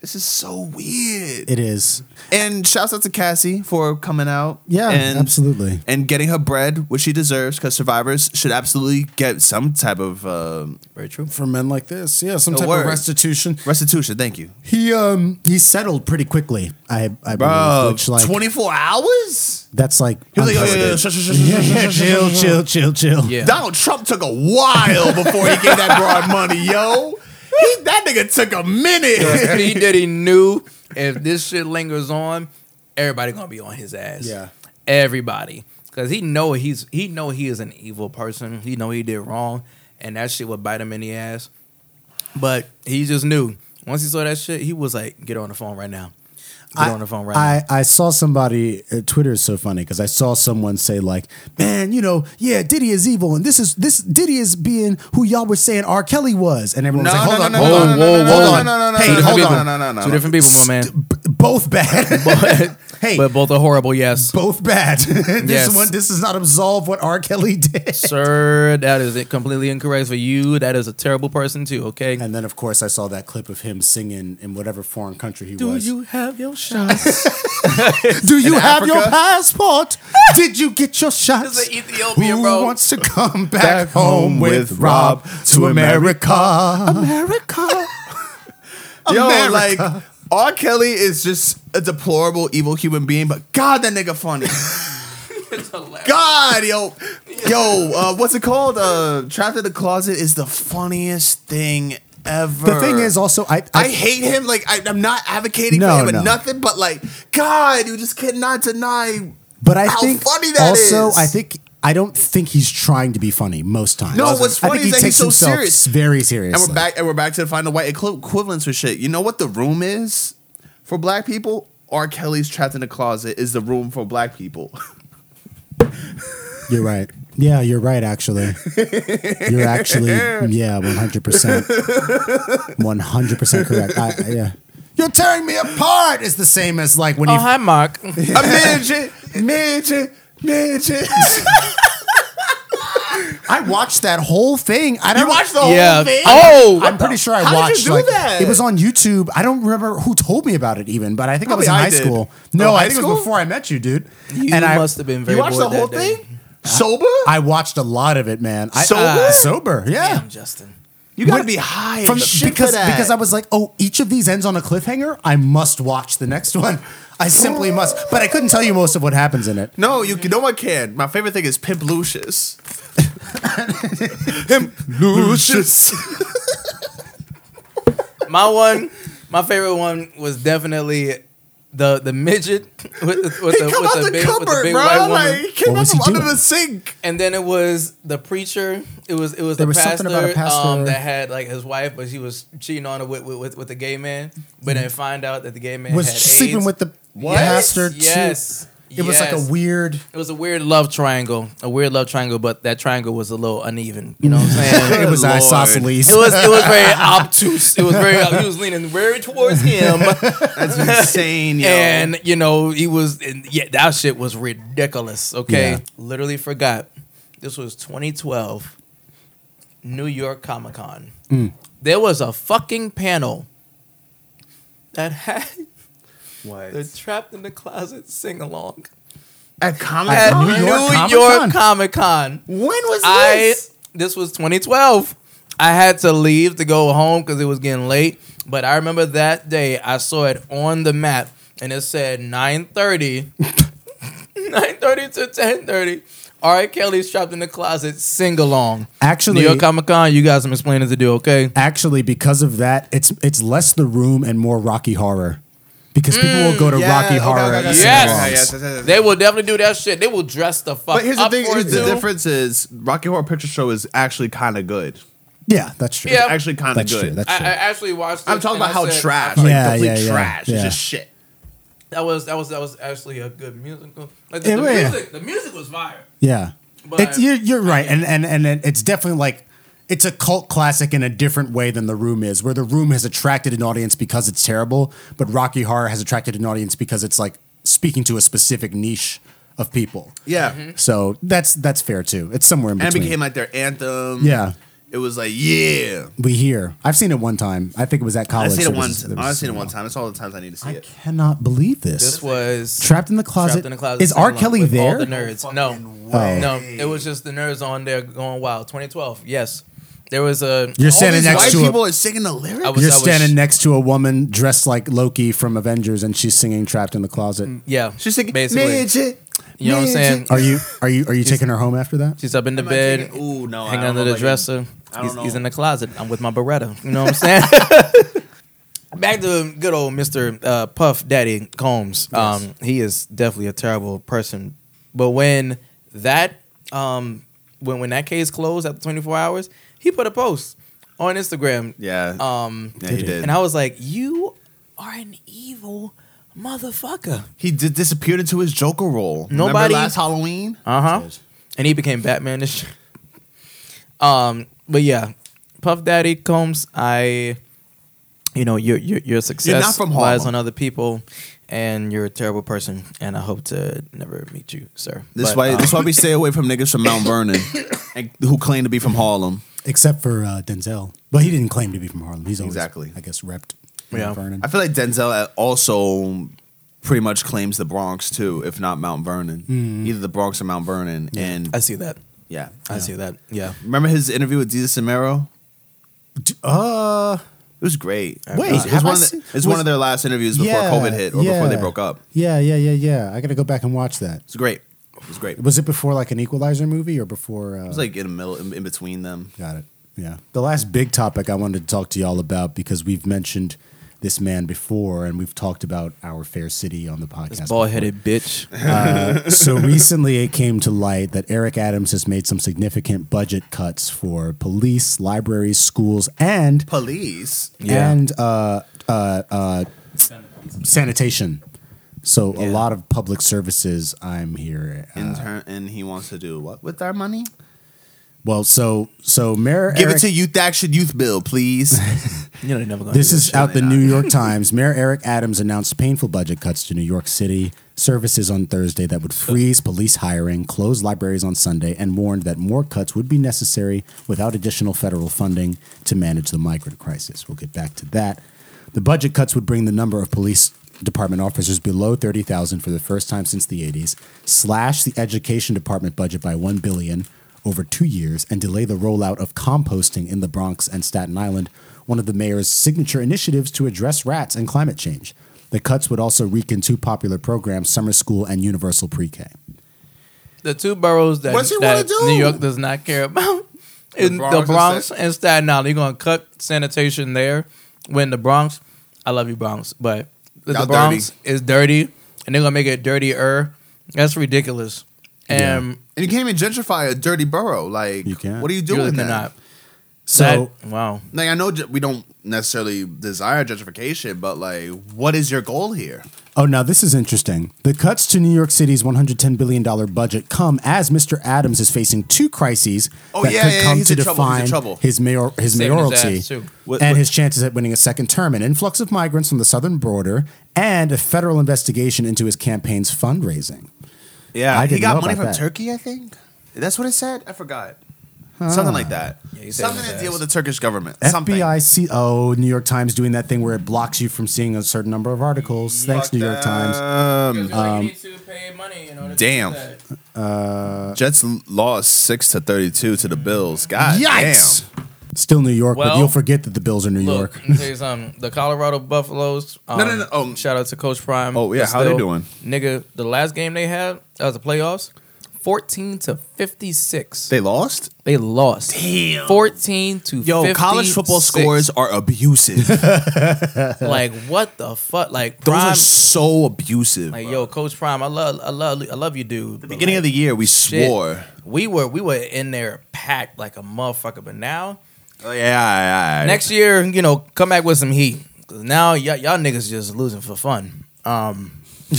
D: this is so weird.
B: It is.
D: and shouts out to Cassie for coming out.
B: Yeah.
D: and,
B: absolutely.
D: And getting her bread, which she deserves, because survivors should absolutely get some type of um
C: Very true.
B: For men like this. Yeah. Some
D: The
B: type
D: word.
B: of restitution.
D: restitution. Thank you.
B: He, um, he settled pretty quickly. I, I
D: Bro,
B: believe. Which, like,
D: 24 hours?
B: that's like.
D: He was like, "Oh, yo, yo, yo, shut,
B: unprecedented.
D: shut, shut, shut, shut, shut, shut,
B: chill, chill, chill, chill.
C: Yeah.
D: Donald Trump took a while before he gave that broad money, yo. He, that nigga took a minute.
C: P Diddy knew if this shit lingers on, everybody gonna be on his ass.
B: Yeah.
C: everybody, because he know he's he know he is an evil person. He know he did wrong, and that shit would bite him in the ass. But he just knew once he saw that shit, he was like, "Get on the phone right now. Get on the phone right now."
B: I, I saw somebody. Uh, Twitter is so funny because I saw someone say like, "Man, you know, yeah, Diddy is evil, and this is this Diddy is being who y'all were saying R. Kelly was," and everyone was like, "Hold on, hold on, hold on, hey,
C: Two
B: hold
C: different
B: on,
C: people. Two different people, my man.
B: B- both bad, hey,
C: But both are horrible. Yes,
B: both bad. this
C: Yes.
B: one, this does not absolve what R. Kelly did."
C: sir, that is it. Completely incorrect for you. That is a terrible person too. Okay.
B: And then, of course, I saw that clip of him singing in whatever foreign country he
C: Do
B: was.
C: you have your shots?
B: Do you have
D: Africa?
B: your passport? Did you get your shots?
C: This is Ethiopian,
B: Who
C: bro.
B: wants to come back, home with Rob to America? America.
D: yo,
B: America.
D: like, uh, R. Kelly is just a deplorable, evil human being, but God, that nigga funny. God, yo, yo, uh, what's it called? Uh, Trapped in the Closet is the funniest thing ever.
B: The thing is, also, I,
D: I hate him. Like I, I'm not advocating
B: No,
D: for him, but
B: no.
D: nothing. But like, God, you just cannot deny.
B: but I
D: how
B: think
D: funny that
B: also,
D: is.
B: I think I don't think he's trying to be funny most times.
D: No, what's
B: I
D: funny
B: think he
D: is that
B: takes
D: he's so
B: himself
D: serious.
B: very serious.
D: And we're back. And we're back to the final white equi- equivalents for shit. You know what the room is for black people? R. Kelly's trapped in the closet is the room for black people.
B: You're right. Yeah, you're right. Actually, you're actually yeah, one hundred percent, one hundred percent correct. I, I- yeah, you're tearing me apart. Is the same as like when
C: Oh,
B: he
D: Uh-huh.
C: hi, Mark.
D: A midget, midget, midget.
B: I watched that whole thing. I don't
D: You watched the
C: Yeah.
D: whole thing.
C: Oh,
B: I'm pretty sure I
D: How did you do
B: watched. like,
D: that?
B: It was on YouTube. I don't remember who told me about it even, but I think
D: Probably
B: I
D: I
B: was in
D: did.
B: high school.
D: Oh,
B: No,
D: high
B: I think it
D: school?
B: was before I met you, dude.
C: You
B: and I
C: must have been very
D: you watched the
C: bored
D: whole
C: that day.
D: thing. Sober?
B: I watched a lot of it, man. I,
D: Sober?
B: uh, sober, yeah.
C: Damn, Justin.
D: you gotta
B: When-
D: be high
B: From
D: as
B: the-
D: shit
B: because
D: for that.
B: because I was like, oh, each of these ends on a cliffhanger. I must watch the next one. I simply must. But I couldn't tell you most of what happens in it.
D: No, you no one can. My favorite thing is Pimp Lucius. Pimp Lucius.
C: My one, my favorite one was definitely the the midget with the, with
D: He
C: the,
D: come
C: with
D: out
C: the
D: the,
C: big, with the
D: cupboard,
C: big white
D: bro.
C: woman.
D: Like he came
B: What
D: out
B: was he
D: from under
B: doing?
D: the sink.
C: and then it was the preacher. It was it was
B: There
C: the
B: was
C: pastor,
B: something about a pastor.
C: Um, that had like his wife, but she was cheating on her with with, with, with the gay man. But then find out that the gay man
B: Mm. Was
C: had
B: sleeping
C: AIDS.
B: with the
D: What?
B: pastor too.
C: Yes,
B: It was like
C: yes.
B: a weird.
C: It was a weird love triangle, a weird love triangle, but that triangle was a little uneven. You know what I'm saying?
B: It was
D: Lord.
B: isosceles.
C: It was it was very obtuse. It was very he was leaning very towards him,
D: That's insane, yo.
C: and you know he was and yeah that shit was ridiculous. Okay,
B: Yeah.
C: literally forgot. This was 2012, New York Comic Con. There was a fucking panel that had the
D: what?
C: trapped in the closet sing along
D: At Comic
C: at
B: New
C: New
B: York Comic Con?
C: York Comic Con.
D: When was
C: I
D: this?
C: this was 2012. I had to leave to go home because it was getting late. But I remember that day I saw it on the map and it said 9:30, 9:30 to 10:30 R. Kelly's trapped in the closet. Sing along.
B: Actually-
C: New York Comic Con, you got some explaining to do. Okay.
B: Actually, because of that, it's it's less the room and more Rocky Horror, because people will go to Rocky Horror.
C: okay.
B: yes.
C: Yes. They will definitely do that shit. They will dress the fuck.
D: But here's the
C: up
D: thing:
C: for
D: here's
C: it,
D: the
C: too.
D: difference is Rocky Horror Picture Show is actually kind of good.
B: Yeah, that's true.
C: Yeah.
D: Actually, kind of
B: that's
D: good.
B: true. That's
C: I, I
B: true.
C: actually watched.
D: I'm
C: it
D: talking
C: and
D: about
C: I
D: how
C: said,
D: trash,
C: I-
D: like
B: Yeah,
D: complete
B: yeah, yeah,
D: trash.
B: yeah.
D: It's just shit.
C: that was that was that was actually a good musical. Like the,
B: Yeah,
C: the
B: yeah.
C: music, the music was fire.
B: yeah,
C: But-
B: it's, you're, you're right, and and and it- it's definitely like it's a cult classic in a different way than the room is, where the room has attracted an audience because it's terrible, but Rocky Horror has attracted an audience because it's like speaking to a specific niche of people.
D: Yeah,
C: Mm-hmm.
B: So that's that's fair too. It's somewhere in
D: and it
B: between.
D: became like their anthem.
B: yeah,
D: it was like yeah.
B: we hear. I've seen it one time. I think it was at
D: I
B: college.
D: seen
B: so
D: it one.
B: was-
D: I've
B: was-
D: seen it one time. It's all the times I need to see
B: I
D: it.
B: cannot believe this.
C: This was
B: Trapped in the closet.
C: Trapped in the closet.
B: Is R.
C: sing-along
B: Kelly
C: with
B: there? Oh.
C: All the nerds. No,
B: way.
C: no. It was just the nerds on there going wild. 2012. Yes, there was a.
B: You're
D: All
B: standing
D: these
B: next
D: white
B: to
D: people
B: a.
D: are singing the lyrics.
C: I was-
B: You're
C: I was-
B: standing next to a woman dressed like Loki from Avengers, and she's singing "Trapped in the
D: Mm.
B: Closet."
C: Yeah,
D: She's singing
C: basically.
D: midget.
C: You know what I'm saying?
B: Are you are you are you taking her home after that?
C: She's up in the
D: Am I
C: bed,
D: taking- Ooh, no, I
C: hanging
D: don't
C: under
D: know,
C: the
D: like,
C: dresser.
D: I don't
C: He's,
D: know.
C: he's in the closet. I'm with my Beretta. You know what I'm saying? Back to good old Mr. Uh, Puff Daddy Combs. Um, he is definitely a terrible person. But when that um, when when that case closed after 24 hours, he put a post on Instagram.
D: Yeah.
C: Um,
D: yeah, he did.
C: and I was like, "You are an evil motherfucker."
D: he d- disappeared into his Joker role. Remember
C: Nobody-
D: last Halloween.
C: Uh huh. And he became Batman this year. Um, but yeah, Puff Daddy Combs, I, you know, your your your success
D: from
C: lies
D: Harlem.
C: on other people, and you're a terrible person, and I hope to never meet you, sir.
D: This
C: But,
D: why
C: um,
D: this why we stay away from niggas from Mount Vernon and, who claim to be from Harlem.
B: Except for uh, Denzel, but he didn't claim to be from Harlem. He's always,
D: Exactly.
B: I guess, repped.
C: Yeah.
B: Vernon.
D: I feel like Denzel uh, also pretty much claims the Bronx too, if not Mount Vernon.
B: Mm-hmm.
D: Either the Bronx or Mount Vernon. And
C: I see that.
D: yeah.
C: I see that. Yeah.
D: Remember his interview with Jesus Samero?
B: D- Uh,
D: It was great.
B: Wait,
D: it was, it was
B: have I
D: one, of the,
B: seen-
D: it's one
B: was-
D: of their last interviews before
B: yeah,
D: COVID hit or before they
B: yeah.
D: broke up.
B: Yeah, yeah, yeah, yeah. I gotta go back and watch that.
D: It was great. It was great. It
B: Was it before like an Equalizer movie or before? Uh,
D: was like in the middle, in, in between them.
B: Got it. Yeah. The last big topic I wanted to talk to y'all about because we've mentioned this man before and we've talked about our fair city on the
C: This
B: podcast.
C: bald headed bitch.
B: Uh, so recently it came to light that Eric Adams has made some significant budget cuts for police, libraries, schools, and
D: Police.
C: Yeah.
B: and uh, uh, uh, sanitation. So a lot of public services. I'm here. uh,
D: In turn, and he wants to do what with our money?
B: well, so so Mayor
D: Give
B: Eric-
D: it to Youth Action Youth Bill, please.
C: You know they never gonna.
B: This
C: do
B: is
C: that
B: out the
D: not.
B: New York Times. Mayor Eric Adams announced painful budget cuts to New York City services on Thursday that would freeze police hiring, close libraries on Sunday, and warned that more cuts would be necessary without additional federal funding to manage the migrant crisis. We'll get back to that. The budget cuts would bring the number of police department officers below 30,000 for the first time since the 80s, slash the education department budget by 1 billion over 2 years and delay the rollout of composting in the Bronx and Staten Island, one of the mayor's signature initiatives to address rats and climate change. The cuts would also weaken two popular programs, summer school and universal pre-K.
C: the two boroughs that,
D: What's he
C: that
D: wanna do?
C: New York does not care about is the Bronx,
D: Bronx and
C: and Staten Island. You're gonna cut sanitation there. When the Bronx, I love you Bronx, but the
D: Y'all
C: Bronx is dirty, and they're gonna make it dirtier. That's ridiculous. And
D: And you can't even gentrify a dirty borough. Like,
B: You can't.
D: what are you
C: you
D: doing?
C: cannot.
D: then?
B: So
C: That- wow,
D: Like, I know ge- we don't necessarily desire gentrification, but like, what is your goal here?
B: Oh, now this is interesting. The cuts to New York City's $110 billion budget come as Mr. Adams is facing two crises
D: Oh,
B: that
D: yeah,
B: could
D: yeah,
B: come
D: he's
B: to
D: in trouble, he's in
B: define
D: trouble.
B: his, mayor, his
C: Saving his
B: mayoralty
C: ass, too.
D: What-
B: and
D: what-
B: his chances at winning a second term, an influx of migrants from the southern border, and a federal investigation into his campaign's fundraising.
D: Yeah,
B: I
D: he
B: didn't
D: got
B: know
D: money
B: about
D: from
B: that.
D: Turkey, I think. That's what it said. I forgot. Something like that.
C: he said
D: Something
C: it
D: to
C: was
D: deal
C: ass.
D: with the Turkish government. Something.
B: FBI, C- oh, New York Times doing that thing where it blocks you from seeing a certain number of articles. Thanks, New York Times.
D: Um, Damn.
B: Uh,
D: Jets lost six to thirty-two to the Bills. God
B: Yikes! Still New York, but
C: Well,
B: you'll forget that the Bills are New
C: Look,
B: York.
C: let me tell you something. The Colorado Buffaloes. Um,
D: No, no, no. Oh.
C: Shout out to Coach Prime.
D: Oh, yeah.
C: But
D: How they doing?
C: Nigga, the last game they had that was the playoffs. 14 to 56. They,
D: They lost.
C: lost. 14 to
D: Yo, college football
C: 56.
D: scores are abusive.
C: Like what the fuck? Like
D: Those
C: prime
D: are so abusive.
C: like yo, coach prime, I love I love I love you dude.
D: the beginning of the year, we swore.
C: We were we were in there packed like a motherfucker, but now
D: Oh, yeah, yeah, yeah.
C: next year, you know, come back with some heat. 'Cause now y'all, y'all niggas just losing for fun. Um,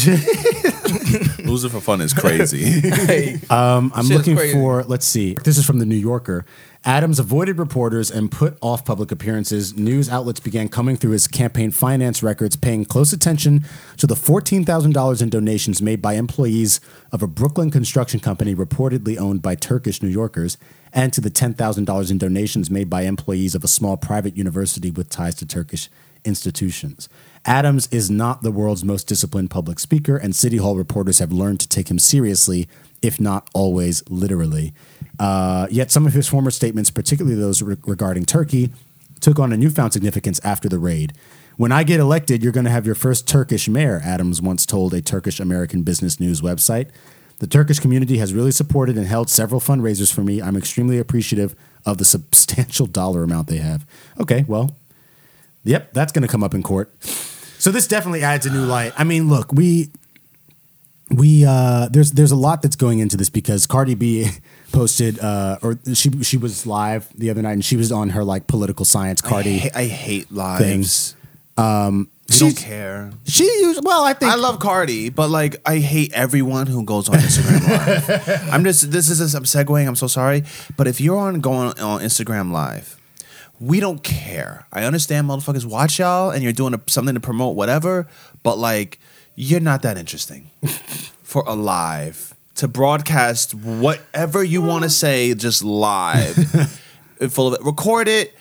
D: losing for fun is crazy.
C: hey,
B: Um, I'm
C: Shit is
B: looking
C: crazy.
B: for, let's see. This is from The New Yorker. Adams avoided reporters and put off public appearances. News outlets began coming through his campaign finance records, paying close attention to the $14,000 in donations made by employees of a Brooklyn construction company reportedly owned by Turkish New Yorkers, and to the $10,000 in donations made by employees of a small private university with ties to Turkish institutions. Adams is not the world's most disciplined public speaker, and City Hall reporters have learned to take him seriously, if not always literally. Uh, yet some of his former statements, particularly those re- regarding Turkey, took on a newfound significance after the raid. When I get elected, you're going to have your first Turkish mayor, Adams once told a Turkish American business news website. The Turkish community has really supported and held several fundraisers for me. I'm extremely appreciative of the substantial dollar amount they have. Okay, well, Yep, that's going to come up in court. So this definitely adds a new light. I mean, look, we we uh there's there's a lot that's going into this because Cardi B posted uh or she she was live the other night and she was on her like political science Cardi
D: I hate lives.
B: things.
D: I don't
B: She's-
D: care.
B: She used well, I think
D: I love Cardi, but like I hate everyone who goes on Instagram Live. I'm just this is I'm segueing. I'm so sorry, but if you're on going on Instagram Live, we don't care. I understand motherfuckers watch y'all and you're doing a, something to promote whatever, but like you're not that interesting for a live to broadcast whatever you want to say just live, full of it. Record it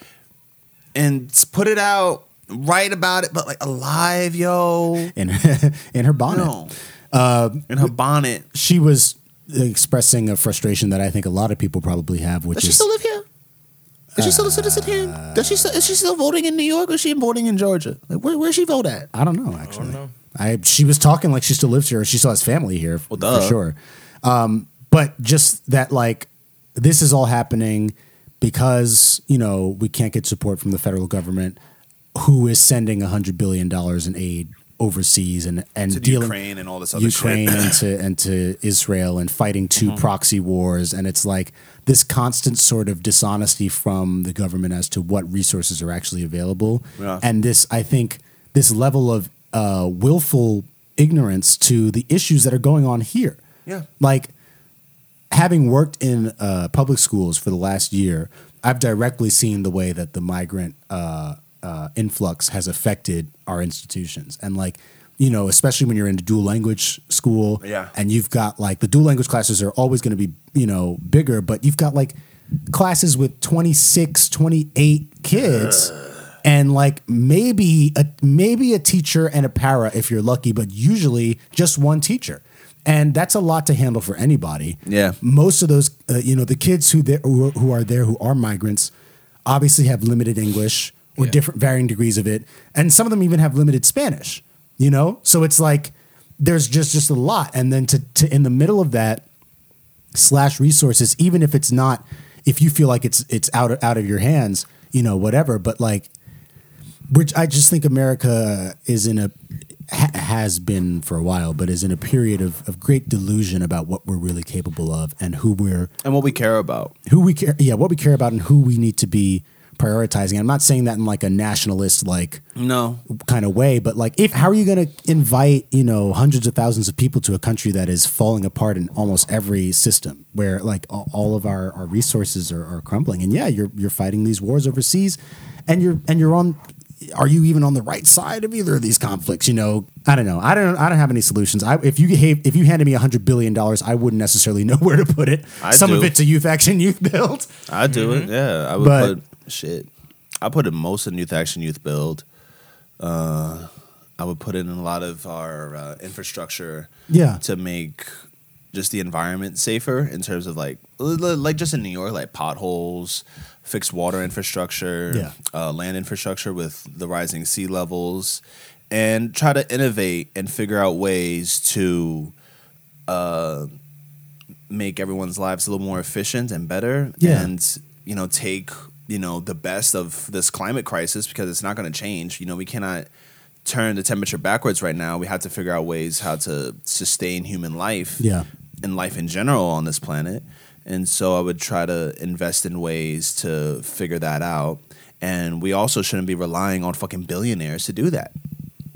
D: and s- put it out. Write about it, but like alive, yo.
B: in in her bonnet.
D: No. in her bonnet.
B: She was expressing a frustration that I think a lot of people probably have, which
D: Does she
B: is
D: still live here? Is she still a citizen here? Does she still, is she still voting in New York or is she voting in Georgia? Like where where she vote at?
B: I don't know actually. I, she was talking like she still lives here. She still has family here
D: Well, duh.
B: for sure. Um, but just that like this is all happening because you know we can't get support from the federal government, who is sending hundred billion dollars in aid overseas and and
D: To the
B: dealing
D: Ukraine and all this other
B: Ukraine
D: shit. Mm-hmm.
B: and to and to Israel and fighting 2 proxy wars and it's like this constant sort of dishonesty from the government as to what resources are actually available
D: Yeah.
B: and this I think this level of uh, willful ignorance to the issues that are going on here
D: Yeah.
B: like having worked in uh, public schools for the last year, I've directly seen the way that the migrant uh, uh, influx has affected our institutions. And like, you know, especially when you're in a dual language school
D: Yeah.
B: and you've got like the dual language classes are always going to be, you know, bigger, but you've got like classes with 26, 28 kids. And like maybe a maybe a teacher and a para if you're lucky, but usually just one teacher, and that's a lot to handle for anybody
D: Yeah.
B: most of those, uh, you know, the kids who there, who, are- who are there who are migrants, obviously have limited English or different varying degrees of it, and some of them even have limited Spanish. You know, so it's like there's just just a lot, and then to to in the middle of that slash resources, even if it's not, if you feel like it's it's out out of your hands, you know, whatever. But like which I just think America is in a ha- has been for a while, but is in a period of, of great delusion about what we're really capable of and who we're
D: And what we care about.
B: who we care yeah what we care about and who we need to be prioritizing. I'm not saying that in like a nationalist like
D: No.
B: kind of way, but like if how are you going to invite you know hundreds of thousands of people to a country that is falling apart in almost every system where like a- all of our, our resources are, are crumbling and yeah you're you're fighting these wars overseas and you're and you're on are you even on the right side of either of these conflicts you know i don't know i don't i don't have any solutions i if you gave, if you handed me 100 billion dollars i wouldn't necessarily know where to put it
D: I
B: some of
D: do.
B: it's a youth action youth build
D: I do it. Yeah. I would
B: But-
D: put shit. I put in most in Youth Action Youth Build. Uh I would put in a lot of our uh, infrastructure
B: Yeah.
D: to make just the environment safer in terms of like li- li- like just in New York like potholes, fixed water infrastructure,
B: Yeah.
D: uh, land infrastructure with the rising sea levels, and try to innovate and figure out ways to uh, make everyone's lives a little more efficient and better
B: Yeah.
D: and you know take you know the best of this climate crisis because it's not going to change you know we cannot turn the temperature backwards right now we have to figure out ways how to sustain human life
B: Yeah.
D: and life in general on this planet and so i would try to invest in ways to figure that out and we also shouldn't be relying on fucking billionaires to do that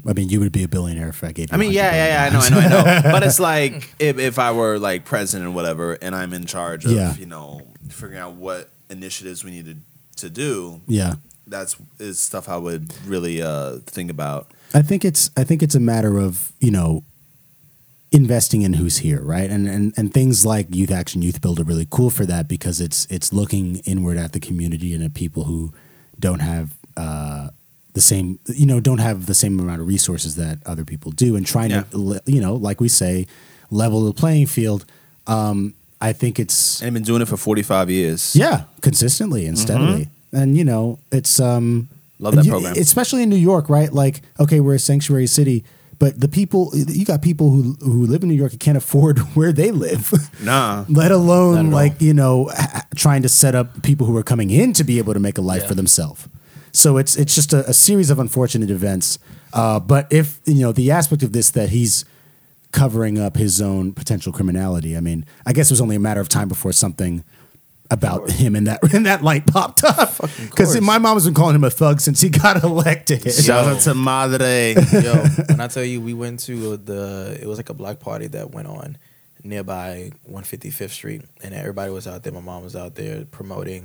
B: I mean, you would be a billionaire if I gave you.
D: I mean, yeah, yeah, yeah. I know, I know, I know. But it's like if, if I were like president or whatever, and I'm in charge of
B: Yeah.
D: you know figuring out what initiatives we need to, to do.
B: yeah.
D: That's is stuff I would really uh, think about.
B: I think it's I think it's a matter of you know investing in who's here, right? And and and things like Youth Action Youth Build are really cool for that because it's it's looking inward at the community and at people who don't have uh, the same you know don't have the same amount of resources that other people do, and trying to le- you know like we say level the playing field. Um, I think it's
D: And I've been doing it for 45 years.
B: yeah, consistently and steadily. And you know, it's um
D: Mm-hmm. Love that
B: you-
D: program.
B: especially in New York, right? Like, okay, we're a sanctuary city, but the people you got people who who live in New York and can't afford where they live.
D: Nah.
B: Let alone like, you know, h- h- trying to set up people who are coming in to be able to make a life for themselves. So it's it's just a, a series of unfortunate events. Uh, but if you know the aspect of this that he's covering up his own potential criminality, I mean, I guess it was only a matter of time before something about him in that in that light popped up. Because
C: course.
B: my mom has been calling him a thug since he got elected.
D: Shout out to Madre.
C: Yo, when I tell you, we went to the it was like a block party that went on nearby 155th Street, and everybody was out there. My mom was out there promoting,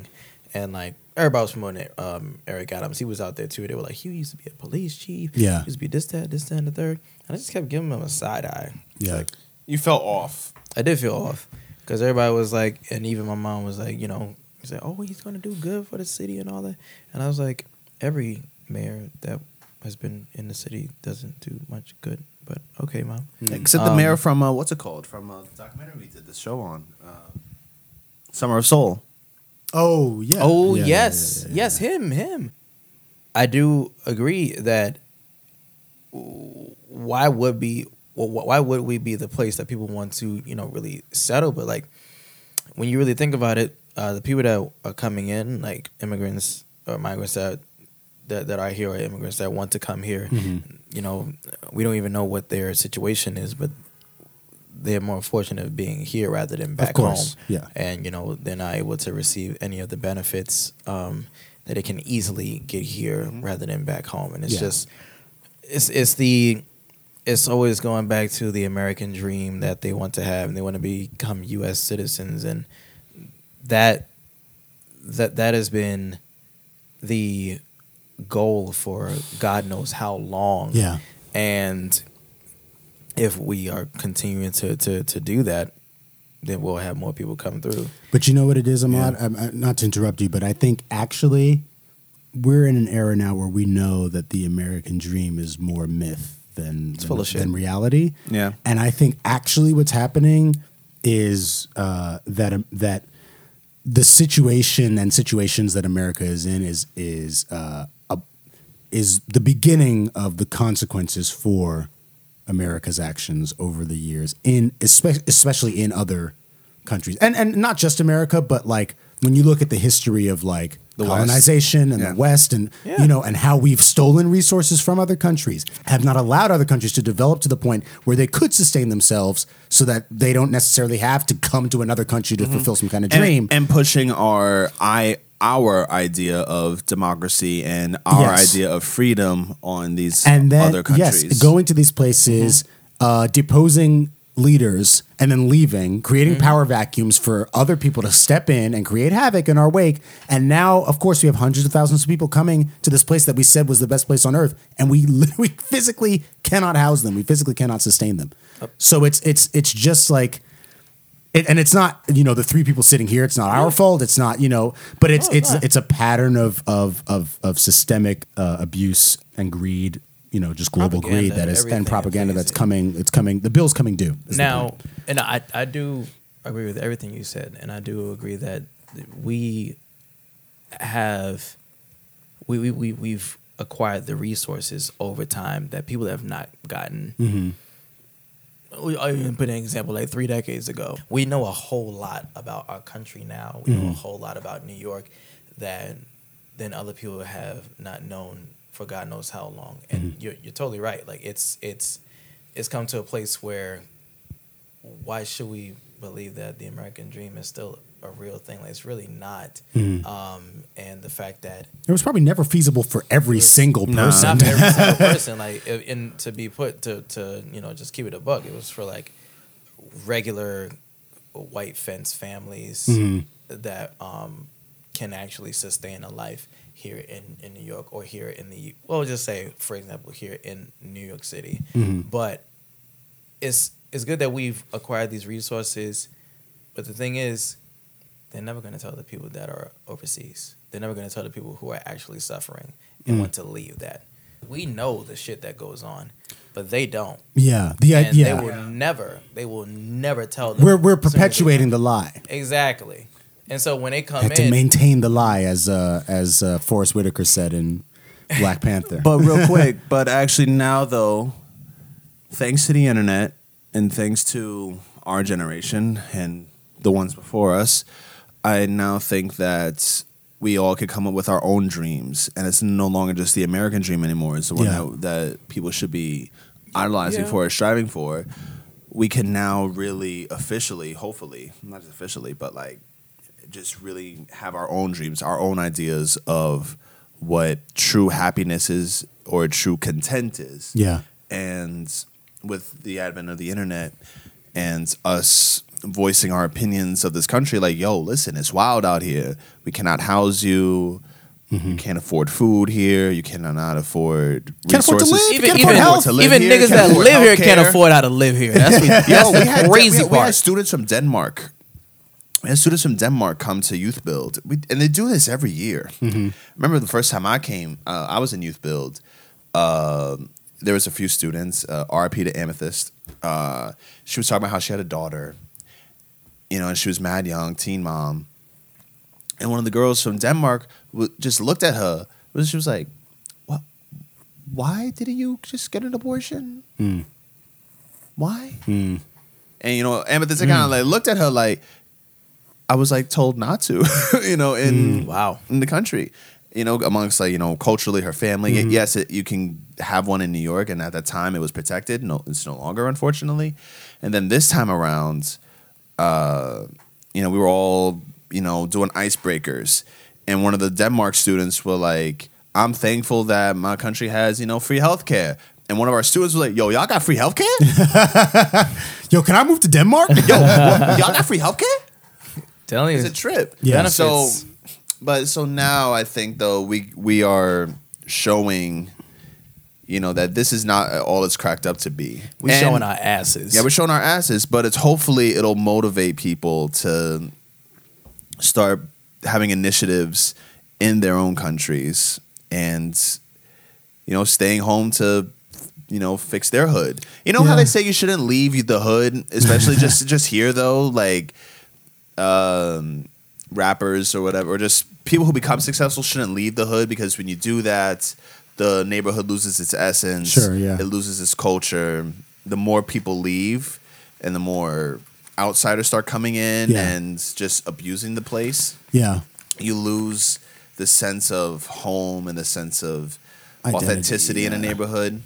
C: and like everybody was promoting it. Um, Eric Adams, he was out there too. They were like, he used to be a police chief.
B: Yeah.
C: he used to be this, that, this, that, and the third. And I just kept giving him a side eye.
B: Yeah.
D: you fell off.
C: I did feel off because everybody was like, and even my mom was like, you know, he's like, oh, he's gonna do good for the city and all that. And I was like, every mayor that has been in the city doesn't do much good. But okay, mom.
D: Except the mayor from uh, what's it called? From uh, the documentary we did the show on, uh, Summer of Soul.
B: Oh yeah.
C: Oh
B: Yeah, yeah,
C: yes,
B: yeah, yeah,
C: yes, him, him. I do agree that why would be well, wh- why would we be the place that people want to you know really settle? But like when you really think about it, uh, the people that are coming in, like immigrants or migrants that that, that are here, or immigrants that want to come here,
B: Mm-hmm.
C: you know, we don't even know what their situation is, but they're more fortunate of being here rather than back
B: course,
C: home.
B: yeah.
C: and you know they're not able to receive any of the benefits um, that it can easily get here rather than back home, and it's
B: Mm-hmm. Yeah.
C: just it's it's the it's always going back to the American dream that they want to have and they want to become US citizens and that that that has been the goal for God knows how long.
B: Yeah.
C: And if we are continuing to to, to do that, then we'll have more people come through.
B: But you know what it is, Ahmad? I'm, I'm, not to interrupt you, but I think actually we're in an era now where we know that the American dream is more myth than,
C: full of shit.
B: than reality.
D: Yeah.
B: And I think actually what's happening is uh, that that the situation and situations that America is in is is uh, a, is the beginning of the consequences for America's actions over the years in espe- especially in other countries and and not just America but like when you look at the history of like
D: The West.
B: colonization and
D: Yeah.
B: the West and
C: Yeah.
B: you know and how we've stolen resources from other countries have not allowed other countries to develop to the point where they could sustain themselves so that they don't necessarily have to come to another country to fulfill some kind of
D: Mm-hmm. and,
B: dream
D: and pushing our i our idea of democracy and our
B: Yes.
D: idea of freedom on these
B: and then
D: other countries.
B: yes, going to these places, uh, deposing leaders and then leaving, creating power vacuums for other people to step in and create havoc in our wake. And now, of course, we have hundreds of thousands of people coming to this place that we said was the best place on earth, and we lit- we physically cannot house them. We physically cannot sustain them. So it's it's it's just like. It, and it's not you know the three people sitting here. It's not our fault. It's not you know, but it's it's it's a pattern of of of of systemic uh, abuse and greed. You know, just global
C: Propaganda,
B: greed that is
C: everything
B: and propaganda
C: is-
B: that's coming. It's coming. The bill's coming due. is the
C: now
B: point.
C: and I, I do agree with everything you said and i do agree that we have we, we, we we've
B: Mm-hmm.
C: acquired the resources over time that people have not gotten we- I even put an example like three decades ago. We know a whole lot about our country now. We
B: Mm-hmm.
C: know a whole lot about New York that then other people have not known for God knows how long. And
B: Mm-hmm.
C: you're, you're totally right. Like it's it's it's come to a place where why should we believe that the American dream is still a real thing? Like it's really not. Um, and the fact that
B: It was probably never feasible for every single person.
C: not for every single person. Like, it- and to be put to to you know just keep it a bug. It was for like regular white fence families
B: Mm-hmm.
C: that um can actually sustain a life here in in New York or here in the well, just say for example here in New York City.
B: Mm-hmm.
C: But it's it's good that we've acquired these resources, but the thing is. They're never going to tell the people that are overseas. They're never going to tell the people who are actually suffering
B: Mm-hmm.
C: and want to leave that. We know the shit that goes on, but they don't.
B: Yeah, the
C: And
B: idea.
C: they will never, they will never tell them.
B: We're we're
C: So they-
B: perpetuating the lie.
C: Exactly. And so when they come
B: Had to
C: in,
B: maintain the lie, as uh, as uh, Forrest Whitaker said in Black Panther.
D: But real quick, but actually now though, thanks to the internet and thanks to our generation and the ones before us, I now think that we all could come up with our own dreams, and it's no longer just the American dream anymore. It's the one
B: Yeah.
D: that, that people should be idolizing for, striving for. We can now really officially, hopefully, not just officially, but like just really have our own dreams, our own ideas of what true happiness is or true content is.
B: yeah,
D: And with the advent of the internet and us voicing our opinions of this country, like, yo, listen, it's wild out here. We cannot house you.
B: Mm-hmm.
D: You can't afford food here. You cannot afford
B: Can't afford to
D: resources.
B: live,
C: even,
B: can't
C: even,
B: afford health,
D: to live
C: even
D: here,
C: niggas
D: can't
C: that
D: afford
C: live here can't
D: healthcare.
C: afford how to live here. That's, we, that's
D: Yo, we
C: the
D: had we
C: crazy
D: had, We had
C: part.
D: students from Denmark. We had students from Denmark come to Youth Build, we, and they do this every year.
C: Mm-hmm.
D: Remember the first time I came, uh, I was in Youth Build. Um there was a few students, uh, RP to Amethyst. Uh, she was talking about how she had a daughter, you know, and she was mad young, teen mom. And one of the girls from Denmark w- just looked at her. but She was like, "What? Why didn't you just get an abortion?
C: Hmm.
D: Why?" And you know, Amethyst kind of like looked at her like, "I was like told not to," you know,
A: Mm.
D: in
C: Wow.
D: in the country. You know, amongst like you know, culturally, her family. Yes, it, you can have one in New York, and at that time it was protected. No, it's no longer, unfortunately. And then this time around, uh, you know, we were all, you know, doing icebreakers. And one of the Denmark students were like, I'm thankful that my country has, you know, free healthcare. And one of our students was like, yo, y'all got free healthcare?
B: yo, can I move to Denmark?
D: Yo, what? y'all got free healthcare?
C: Telling
D: It's
C: you,
D: a trip.
B: Yeah.
D: So,
C: Benefits.
D: but so now I think though we we are showing, you know, that this is not all it's cracked up to be.
C: we
D: And-
C: showing our asses.
D: yeah, we're showing our asses, but it's hopefully it'll motivate people to start having initiatives in their own countries and you know staying home to you know fix their hood. You know how
B: Yeah.
D: they say you shouldn't leave the hood, especially just just here though, like um rappers or whatever or just people who become successful shouldn't leave the hood because when you do that the neighborhood loses its essence.
B: Sure, yeah.
D: It loses its culture. The more people leave and the more outsiders start coming in
B: Yeah.
D: and just abusing the place,
B: yeah,
D: you lose the sense of home and the sense of
B: Identity,
D: authenticity in a
B: yeah.
D: neighborhood.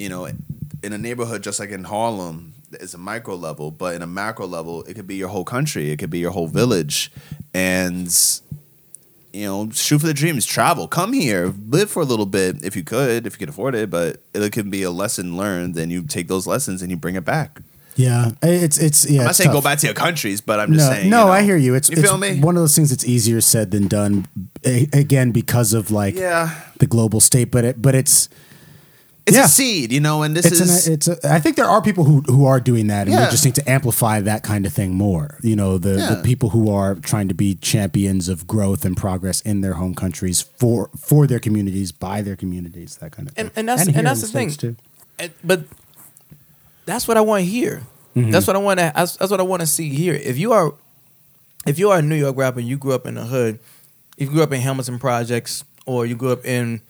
D: You know, in a neighborhood just like in Harlem, it's a micro level, but in a macro level, it could be your whole country, it could be your whole village. And you know, shoot for the dreams, travel, come here, live for a little bit if you could, if you could afford it, but it can be a lesson learned and you take those lessons and you bring it back.
B: yeah. It's it's yeah.
D: I'm not
B: it's
D: saying
B: tough.
D: go back to your countries, but I'm just
B: no,
D: saying.
B: No,
D: know,
B: I hear you. It's,
D: you
B: it's
D: feel me?
B: one of those things that's easier said than done. A- again, because of like
D: yeah.
B: the global state, but it, but it's
D: It's
B: Yeah.
D: a seed, you know, and this
B: it's
D: is
B: an, it's a, I think there are people who who are doing that, and we
D: Yeah.
B: just need to amplify that kind of thing more. You know, the the
D: Yeah.
B: people who are trying to be champions of growth and progress in their home countries for for their communities, by their communities, that kind of thing.
C: And- and that's- and
B: here in
C: that's the
B: States,
C: thing. And- but that's what I want to hear.
B: Mm-hmm.
C: That's what I want to. That's, that's what I want to see here. If you are, if you are a New York rapper, and you grew up in the hood. If you grew up in Hamilton Projects, or you grew up in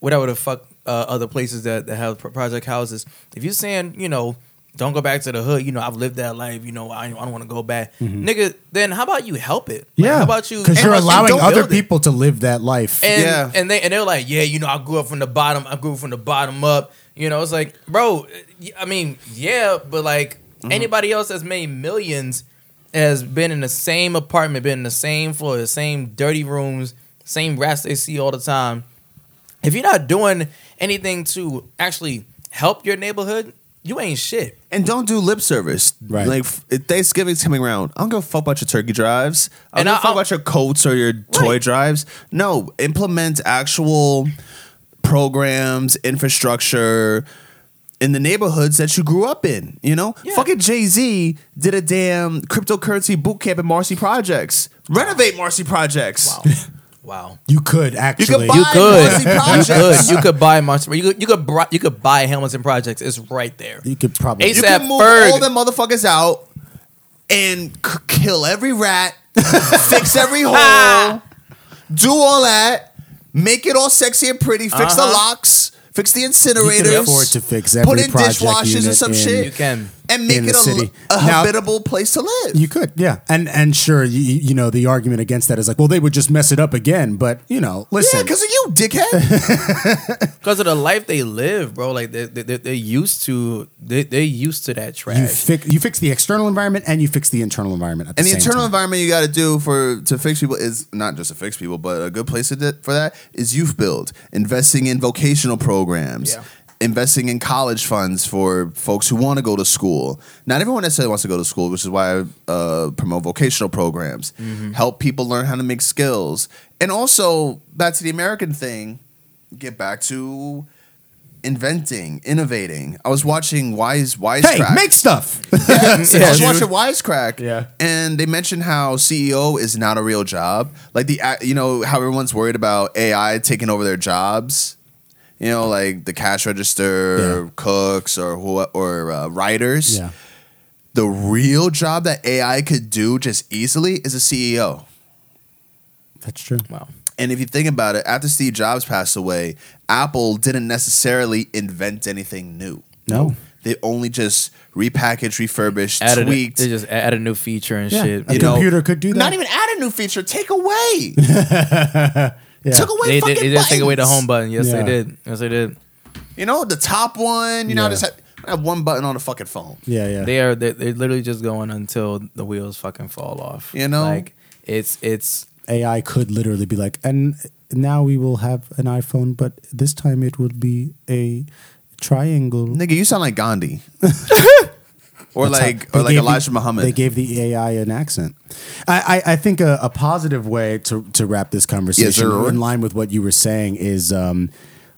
C: whatever the fuck uh, other places that, that have pro- project houses. If you're saying you know Don't go back to the hood. You know, I've lived that life. You know, I, I don't want to go back, nigga. Then how about you help it? Like,
B: Mm-hmm. yeah,
C: how about you?
B: Because
C: how
B: you're
C: about you
B: allowing
C: don't
B: other
C: build it?
B: people to live that life.
C: And,
D: Yeah.
C: and they and they're like, yeah, you know, I grew up from the bottom. I grew from the bottom up. You know, it's like, bro, I mean, yeah, but like anybody else that's made millions has been in the same apartment, been in the same floor, the same dirty rooms, same rats they see all the time. If you're not doing anything to actually help your neighborhood, you ain't shit.
D: And don't do lip service.
B: Right.
D: Like f- Thanksgiving's coming around. I don't give a fuck about your turkey drives. I
C: And
D: don't
C: I-
D: give a fuck
C: I'll-
D: about your coats or your toy
C: Right.
D: drives. No, implement actual programs, infrastructure in the neighborhoods that you grew up in. You know,
C: Yeah.
D: fucking Jay Z did a damn cryptocurrency boot camp at Marcy Projects. Renovate Marcy Projects.
C: Wow. Wow.
B: you could actually.
D: buy-
C: You could.
D: Marcy
C: You
D: Projects.
C: could. You could buy Marcy. You could. You could, bri- you could buy Hamilton Projects. It's right there.
B: You could probably.
D: You
C: Ace-
D: can
C: That
D: move
C: bird.
D: all them motherfuckers out and c- kill every rat, fix every hole, do all that, make it all sexy and pretty, fix the locks, fix the
B: Uh-huh. you can
D: incinerators,
B: afford to fix every
D: put in
B: project
D: dishwashers and
B: unit
D: some
B: in-
D: shit,
C: You can.
D: and make
B: in
D: it
B: the
D: a,
B: city.
D: a
B: Now-
D: habitable place to live.
B: You could, yeah, and and sure, you, you know the argument against that is like, well, they would just mess it up again. But you know,
D: yeah,
B: listen,
D: because of you, dickhead.
C: because of the life they live, bro. Like they they they- they're used to they they're used to that
B: you
C: trash.
B: fix you fix the external environment and you fix the internal environment. At the
D: and the
B: same
D: internal
B: time.
D: environment you got to do for to fix people is not just to fix people, but a good place to d- for that is youth build, investing in vocational programs,
C: Yeah.
D: investing in college funds for folks who want to go to school. Not everyone necessarily wants to go to school, which is why I uh, promote vocational programs, help people learn how to make skills, and also back to the American thing, get back to inventing, innovating. I was watching Wise Wise
B: Hey, make stuff.
D: so I was watching Wisecrack,
B: Yeah.
D: and they mentioned how CEO is not a real job. Like the you know how everyone's worried about AI taking over their jobs. You know, like the cash register,
B: Yeah.
D: cooks, or who, or uh, writers.
B: yeah,
D: The real job that AI could do just easily is a CEO.
B: that's true.
C: Wow.
D: And if you think about it, after Steve Jobs passed away, Apple didn't necessarily invent anything new.
B: No,
D: They only just repackaged, refurbished,
C: Added a,
D: tweaked,
C: they just add a new feature and
B: yeah,
C: shit.
B: a
D: you know,
B: computer could do that.
D: Not even add a new feature. Take away. Took away.
C: They, they,
D: fucking
C: they just take away the
D: buttons.
C: home button. Yes,
B: Yeah.
C: they did. Yes, they did.
D: You know the top one. You know I
B: Yeah.
D: just have, I have one button on the fucking phone.
B: yeah, yeah.
C: They are. They're, they're literally just going until the wheels fucking fall off.
D: You know?
C: like it's it's
B: AI could literally be like, and now we will have an iPhone, but this time it would be a triangle.
D: Nigga, you sound like Gandhi. or
B: That's how-
D: like
B: they
D: or like
B: gave the-
D: Elijah Muhammad.
B: They gave the AI an accent. I, I, I think a, a positive way to, to wrap this conversation
D: sir.
B: in line with what you were saying is um,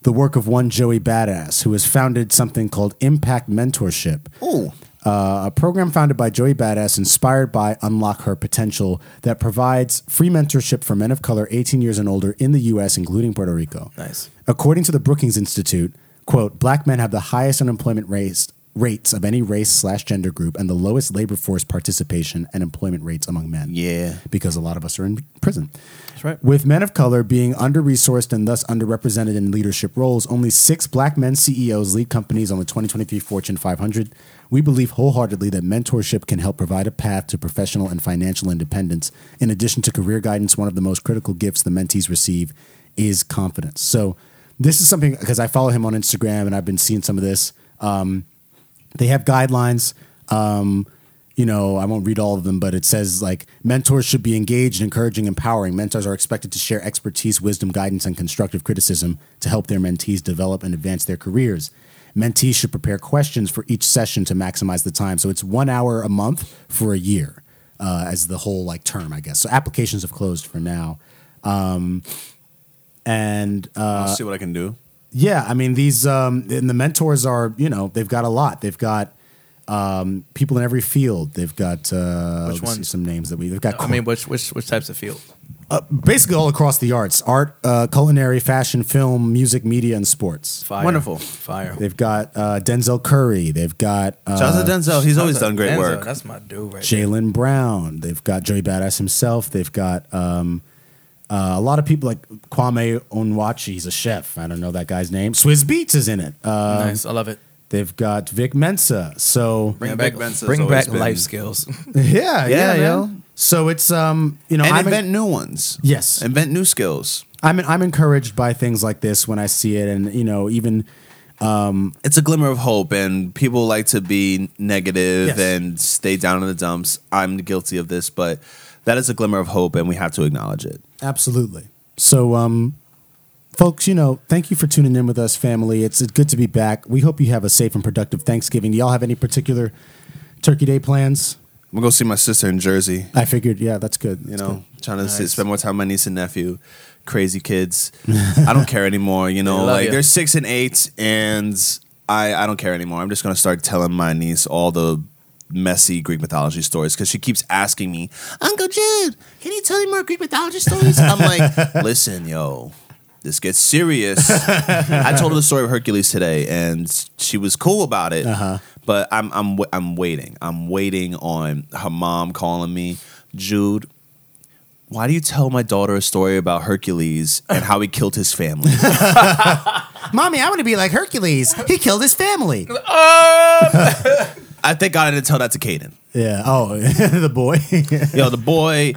B: the work of one Joey Badass, who has founded something called Impact Mentorship.
D: Ooh.
B: Uh, a program founded by Joey Badass, inspired by Unlock Her Potential, that provides free mentorship for men of color 18 years and older in the U.S., including Puerto Rico.
C: Nice.
B: According to the Brookings Institute, quote, black men have the highest unemployment rates rates of any race slash gender group and the lowest labor force participation and employment rates among men.
D: Yeah.
B: Because a lot of us are in prison. That's
C: right.
B: With men of color being under resourced and thus underrepresented in leadership roles, only six black men CEOs lead companies on the 2023 Fortune 500. We believe wholeheartedly that mentorship can help provide a path to professional and financial independence. In addition to career guidance, one of the most critical gifts the mentees receive is confidence. So, this is something because I follow him on Instagram and I've been seeing some of this. Um, they have guidelines. Um, you know, I won't read all of them, but it says like mentors should be engaged, encouraging, empowering. Mentors are expected to share expertise, wisdom, guidance, and constructive criticism to help their mentees develop and advance their careers. Mentees should prepare questions for each session to maximize the time. So it's one hour a month for a year uh, as the whole like term, I guess. So applications have closed for now. Um, and
D: I'll see what I can do.
B: yeah, I mean these um, and the mentors are you know they've got a lot. They've got um, people in every field. They've got uh,
C: Which
B: let's see
C: ones?
B: some names that we they've got.
C: I mean, which which which types of field?
B: basically all across the arts: art, uh, culinary, fashion, film, music, media, and sports.
C: Fire.
D: Wonderful.
C: Fire.
B: They've got uh, Denzel Curry. They've got uh,
D: Shout out to Denzel. He's always
C: That's a-
D: done great
C: Denzel,
D: work.
C: That's my dude right there.
B: Jalen Brown. They've got Joey Badass himself. They've got um, uh, a lot of people like Kwame Onwachi. He's a chef. I don't know that guy's name. Swizz Beats is in it. Uh,
C: nice. I love it.
B: They've got Vic Mensa. So
D: Bring back Mensa's
C: bring
D: always
C: back
D: been-
C: life skills.
B: yeah, yeah,
A: Yeah,
B: man.
A: yo.
B: So it's um, you know,
D: and
B: I'm
D: invent new ones.
B: Yes.
D: invent new skills.
B: I'm I'm encouraged by things like this when I see it, and you know, even
D: It's a glimmer of hope, and people like to be negative
B: Yes.
D: and stay down in the dumps. I'm guilty of this, but that is a glimmer of hope, and we have to acknowledge it.
B: Absolutely. So, um, folks, you know, thank you for tuning in with us, family. It's it's good to be back. We hope you have a safe and productive Thanksgiving. Do y'all have any particular Turkey Day plans?
D: I'm gonna go see my sister in Jersey.
B: I figured, yeah, that's good.
D: You know, trying to sit- spend more time with my niece and nephew. Crazy kids. I don't care anymore. You know,
C: love
D: like
C: ya.
D: they're six and eight, and I I don't care anymore. I'm just gonna start telling my niece all the messy Greek mythology stories because she keeps asking me, Uncle Jude, can you tell me more Greek mythology stories? I'm like, listen, yo. This gets serious. I told her the story of Hercules today, and she was cool about it.
C: Uh-huh.
D: But I'm I'm wa- I'm waiting. I'm waiting on her mom calling me, Jude why do you tell my daughter a story about Hercules and how he killed his family?
B: Mommy, I want to be like Hercules. He killed his family.
D: I thank God I didn't tell that to Caden.
B: Yeah. Oh, the boy.
D: Yo, the boy.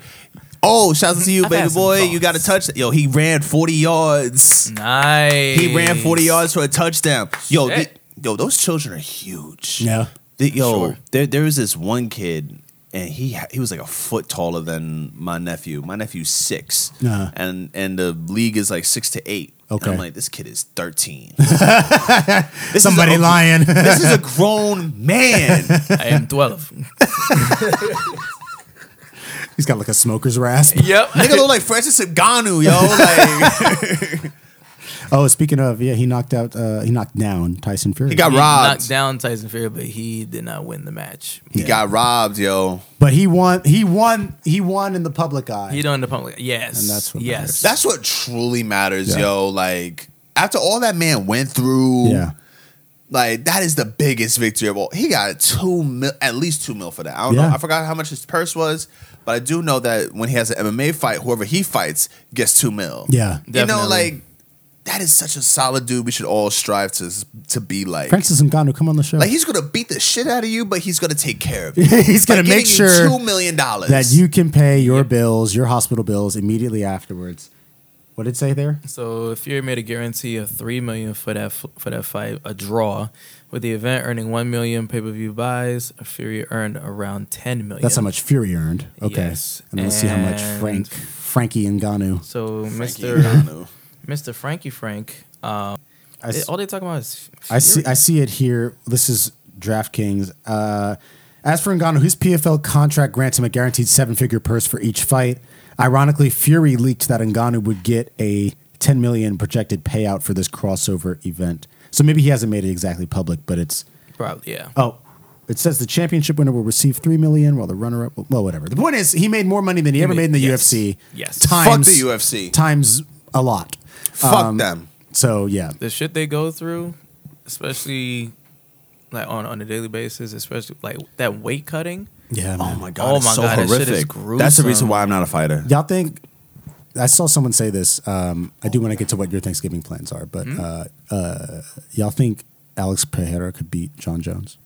D: Oh, shout out to you,
C: I've had
D: baby
C: some
D: boy.
C: thoughts.
D: You got a touch. Yo, he ran 40 yards.
C: nice.
D: He ran 40 yards for a touchdown. Yo, the-
C: Shit.
D: yo, those children are huge.
B: yeah.
D: The- yo,
C: Sure.
D: there there was this one kid, and he ha- he was like a foot taller than my nephew. My nephew's 6
B: Uh-huh.
D: and and the league is like six to eight. And
B: Okay.
D: I'm like, this kid is thirteen. This is
B: Somebody
D: a-
B: lying.
D: This is a grown man.
C: I am twelve.
B: He's got like a smoker's rasp.
C: yep.
D: Nigga look like Francis Ngannou, yo. Like
B: Oh, speaking of, yeah, he knocked out. Uh, he knocked down Tyson Fury.
D: he got
C: He
D: robbed.
C: knocked down Tyson Fury, but he did not win the match.
D: He got robbed, yo.
B: but he won. He won. He won in the public eye.
C: He done the public. Yes,
B: And that's what
C: yes.
D: That's what truly matters, yo. Like after all that man went through,
B: yeah.
D: like that is the biggest victory of all. He got two mil, at least two mil for that. I don't
B: Yeah.
D: know. I forgot how much his purse was, but I do know that when he has an MMA fight, whoever he fights gets two mil.
B: Yeah.
D: you
C: Definitely.
D: know, like that is such a solid dude. We should all strive to to be like.
B: Francis Ngannou, come on the show.
D: like he's gonna beat the shit out of you, but he's gonna take care of you.
B: he's
D: By
B: gonna make
D: giving you
B: sure
D: two million dollars
B: that you can pay your bills, your hospital bills immediately afterwards. What did it say there?
C: So Fury made a guarantee of three million for that for that fight, a draw, with the event earning one million pay per view buys. Fury earned around ten million.
B: That's how much Fury earned. Okay,
C: Yes.
B: and let's see how much
C: And-
B: Frank Frankie Ngannou.
C: So Mister
D: Ngannou.
C: Mister Frankie Frank, um,
B: I, s-
C: they- all they talk about is
B: I see. I see it here. This is DraftKings. Uh, as for Ngannou, his PFL contract grants him a guaranteed seven-figure purse for each fight. Ironically, Fury leaked that Ngannou would get a 10 million projected payout for this crossover event. So maybe he hasn't made it exactly public, but it's
C: probably yeah.
B: Oh, it says the championship winner will receive three million, while the runner-up, will, well, whatever. The point is, he made more money than he, ever made in the
C: yes.
B: UFC.
C: Yes.
B: times,
D: Fuck the UFC.
B: times a lot.
D: Fuck
B: um,
D: them.
B: So yeah,
C: the shit they go through, especially like on on a daily basis, especially like that weight cutting.
B: yeah.
D: Oh
B: man.
D: my god!
C: Oh
D: it's
C: my
D: so
C: God, that shit is
D: horrific. That's the
C: gruesome.
D: reason why I'm not a fighter.
B: Y'all think? I saw someone say this. Um, I do want to get to what your Thanksgiving plans are, but uh, uh, y'all think Alex Pereira could beat John Jones?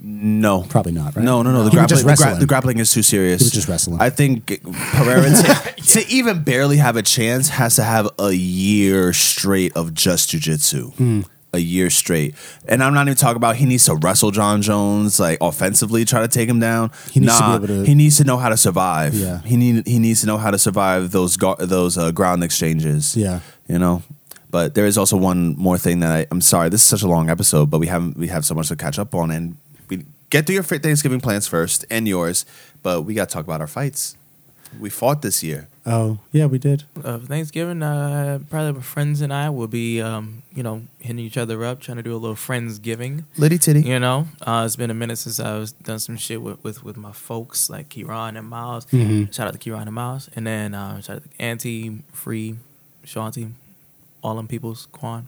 D: No,
B: Probably not, right?
D: No, no, no. The,
B: He would
D: grappling,
B: just
D: the, gra-
B: wrestle him.
D: the grappling is too serious.
B: He would just wrestle him.
D: I think Pereira to, to even barely have a chance has to have a year straight of just jujitsu.
B: Hmm.
D: A year straight, and I'm not even talking about he needs to wrestle John Jones like offensively, try to take him down.
B: He needs to be
D: nah,
B: able to-
D: he needs to know how to survive.
B: Yeah.
D: he need he needs to know how to survive those gar- those uh, ground exchanges.
B: Yeah.
D: you know. But there is also one more thing that I, I'm sorry. This is such a long episode, but we haven't we have so much to catch up on, and we get through your fa- Thanksgiving plans first and yours. But we got to talk about our fights. We fought this year.
B: Oh yeah, we did.
C: Uh, Thanksgiving, uh, probably my friends and I will be, um, you know, hitting each other up, trying to do a little friendsgiving.
D: Liddy titty.
C: You know, uh, it's been a minute since I was done some shit with, with, with my folks like Kiran and Miles. Shout out to Kiran and Miles, and then uh, shout out to Auntie, Free, Shanti, all them peoples, Quan,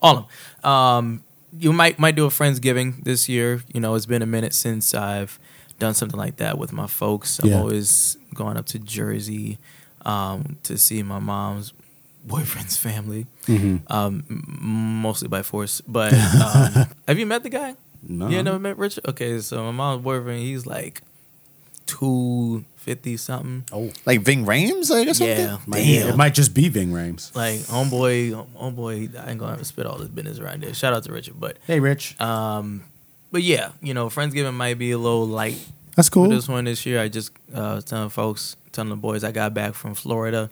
C: all them. Um, you might might do a friendsgiving this year. You know, it's been a minute since I've done something like that with my folks. I've
B: Yeah.
C: always gone up to Jersey um, to see my mom's boyfriend's family,
B: Mm-hmm.
C: um, m- mostly by force. But um, have you met the guy?
B: No.
C: You ain't never met Richard? Okay, so my mom's boyfriend, he's like two fifty something.
B: Oh,
D: Like Ving Rhames, like or something.
C: Yeah,
B: might be- it might just be Ving Rhames.
C: like homeboy, homeboy. I ain't gonna have to spit all this business around there. Shout out to Richard, but
B: Hey, Rich.
C: um, but yeah, you know, Friendsgiving might be a little light
B: That's
C: for
B: cool.
C: this one this year. I just uh, was telling folks, telling the boys, I got back from Florida.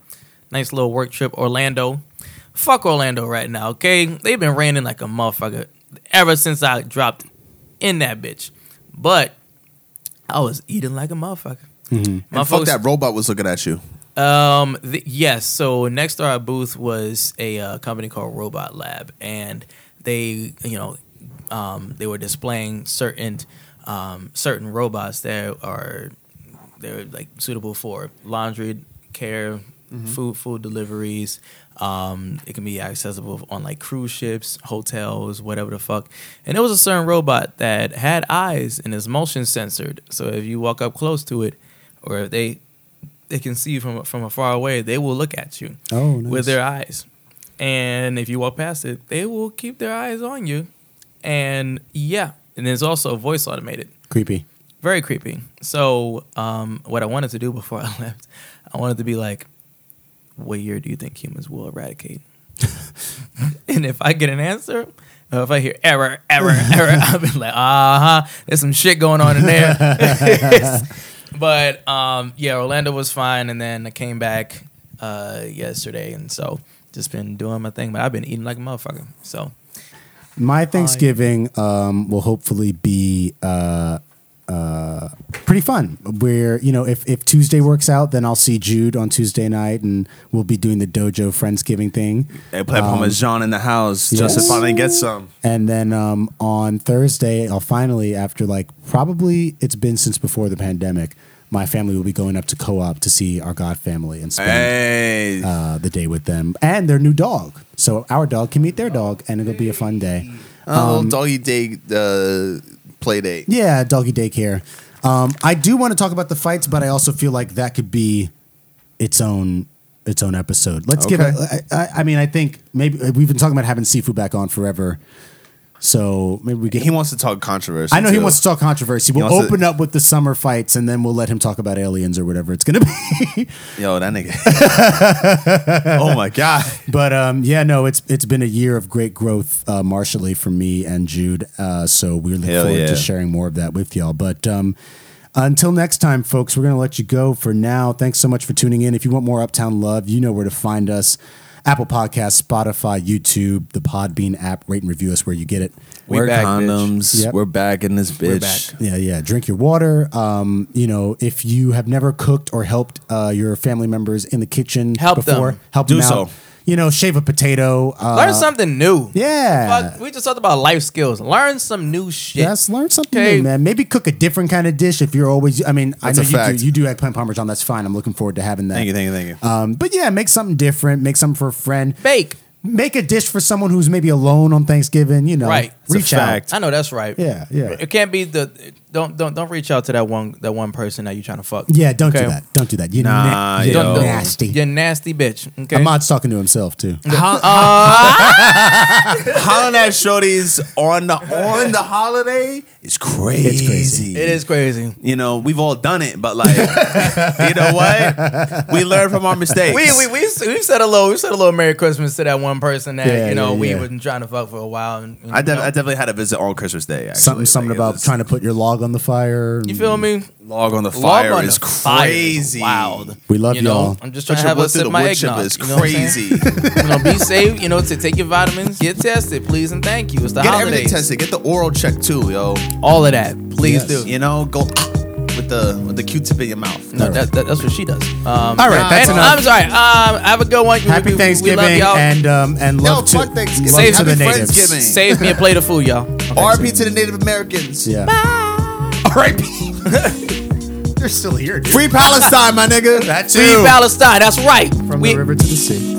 C: Nice little work trip, Orlando. Fuck Orlando right now, okay? They've been raining like a motherfucker ever since I dropped in that bitch. But I was eating like a motherfucker. My
D: And fuck that robot was looking at you.
C: um. th- yes. So next to our booth was a uh, company called Robot Lab, and they, you know, um, they were displaying certain, um, certain robots that are they're like suitable for laundry care,
B: Mm-hmm.
C: food food deliveries. Um, it can be accessible on like cruise ships, hotels, whatever the fuck. And there was a certain robot that had eyes and is motion censored. So if you walk up close to it, or if they they can see you from from afar away, they will look at you
B: Oh, nice.
C: with their eyes. And if you walk past it, they will keep their eyes on you. And yeah, and there's also voice automated
B: Creepy.
C: very creepy. So, um, what I wanted to do before I left, I wanted to be like, "What year do you think humans will eradicate?" and if I get an answer, or if I hear error, error, error, I'll be like, "Uh huh, there's some shit going on in there." but um, yeah, Orlando was fine, and then I came back uh, yesterday, and so just been doing my thing. But I've been eating like a motherfucker. So
B: My Thanksgiving um, will hopefully be uh, uh, pretty fun. Where you know, if if Tuesday works out, then I'll see Jude on Tuesday night, and we'll be doing the dojo friendsgiving thing.
D: They play
C: Um,
D: Parmesan in the house.
B: yes.
D: Justin finally gets some.
B: And then um, on Thursday, I'll finally, after like probably it's been since before the pandemic, my family will be going up to co-op to see our God family and spend
D: Hey,
B: uh, the day with them and their new dog. So our dog can meet their dog, and it'll be a fun day.
D: a
C: um,
D: little Oh, doggy day uh, play date.
B: Yeah, doggy daycare. Um, I do want to talk about the fights, but I also feel like that could be its own its own episode. Let's give.
D: Okay.
B: it. I I- I mean, I think maybe we've been talking about having seafood back on forever, so maybe we can.
D: He wants to talk controversy.
B: I know he
D: too.
B: wants to talk controversy. We'll
D: wants to-
B: open up with the summer fights, and then we'll let him talk about aliens or whatever it's going to be.
D: Yo, that nigga. oh my god.
B: but um, yeah, no, it's it's been a year of great growth uh, martially for me and Jude. Uh, so we're looking
D: Hell
B: forward
D: yeah.
B: to sharing more of that with y'all. But um, until next time, folks, we're gonna let you go for now. Thanks so much for tuning in. If you want more Uptown Love, you know where to find us. Apple Podcasts, Spotify, YouTube, the Podbean app. Rate and review us where you get it.
D: We're
C: back, bitch.
D: condoms.
B: Yep.
D: We're back in this bitch.
C: back.
B: Yeah, yeah. Drink your water. Um, you know, if you have never cooked or helped uh, your family members in the kitchen
C: Help them.
B: before, help
D: Do
B: them
D: so.
B: out. You know, shave a potato. Uh,
C: learn something new.
B: yeah.
C: Fuck, we just talked about life skills. Learn some new shit.
B: Yes, learn something
C: Okay.
B: new, man. Maybe cook a different kind of dish if you're always. I mean,
D: That's
B: I
D: a
B: know you
D: fact.
B: do. You do eggplant parmesan. That's fine. I'm looking forward to having that.
D: Thank you, thank you, thank
C: Uh,
D: you.
B: Um, but yeah, make something different. Make something for a friend.
C: Bake.
B: Make a dish for someone who's maybe alone on Thanksgiving. You know,
C: Right. It's
D: a
B: Reach out.
D: fact.
C: I know that's right.
B: Yeah, yeah.
C: It can't be the don't don't don't reach out to that one that one person that you trying to fuck.
B: Yeah, don't
C: Okay?
B: do that. Don't do that. You
D: Nah,
B: na- you
D: yo.
B: nasty.
C: You're nasty bitch. Okay.
B: Ahmad's talking to himself too.
D: Hollering at shorties on the on the holiday is crazy.
B: It's crazy.
C: it is crazy.
D: You know, we've all done it, but like, you know what? We learn from our mistakes.
C: We we we we said a little we said a little Merry Christmas to that one person that
B: Yeah,
C: you know
B: yeah,
C: we
B: yeah.
C: wasn't trying to fuck for a while. And, and,
D: I,
C: you,
D: def-
C: know,
D: I definitely had a visit on Christmas Day. Actually.
B: something something
D: Like, it
B: about
D: was-
B: trying to put your log on the fire.
C: you feel me?
D: log on the
C: Log
D: fire
C: on
D: is
C: the fire
D: crazy.
C: wild.
B: We love
C: you know?
B: y'all.
C: I'm just trying
D: Put
C: to
D: your
C: have
D: wood
C: us
D: through
C: sip
D: the
C: my
D: wood chipper
C: eggnog.
D: is
C: you know what I'm saying?
D: crazy.
C: You know, be safe. You know, to take your vitamins, get tested, please, and thank you. It's the
D: Get everything
C: holidays.
D: tested. Get the oral check too, yo.
C: All of that, please
B: Yes.
C: do.
D: You know, go with the with the Q-tip in your mouth.
C: No, that, that, that's what she does. Um,
B: All right, that's
C: and
B: enough.
C: I'm sorry. Um, have a good one. We- we-
B: Happy
C: we love
B: Thanksgiving
C: y'all.
B: and um and
D: No,
B: love to
D: fuck Thanksgiving.
B: love to
C: Happy
B: the natives.
D: Friendsgiving.
C: Save me a plate of food, y'all.
D: RP to the Native Americans.
B: Yeah.
D: R.I.P.
B: They're still here, dude.
D: Free Palestine, my nigga. That's
C: Free Palestine. That's right.
B: From
C: We-
B: the river to the sea.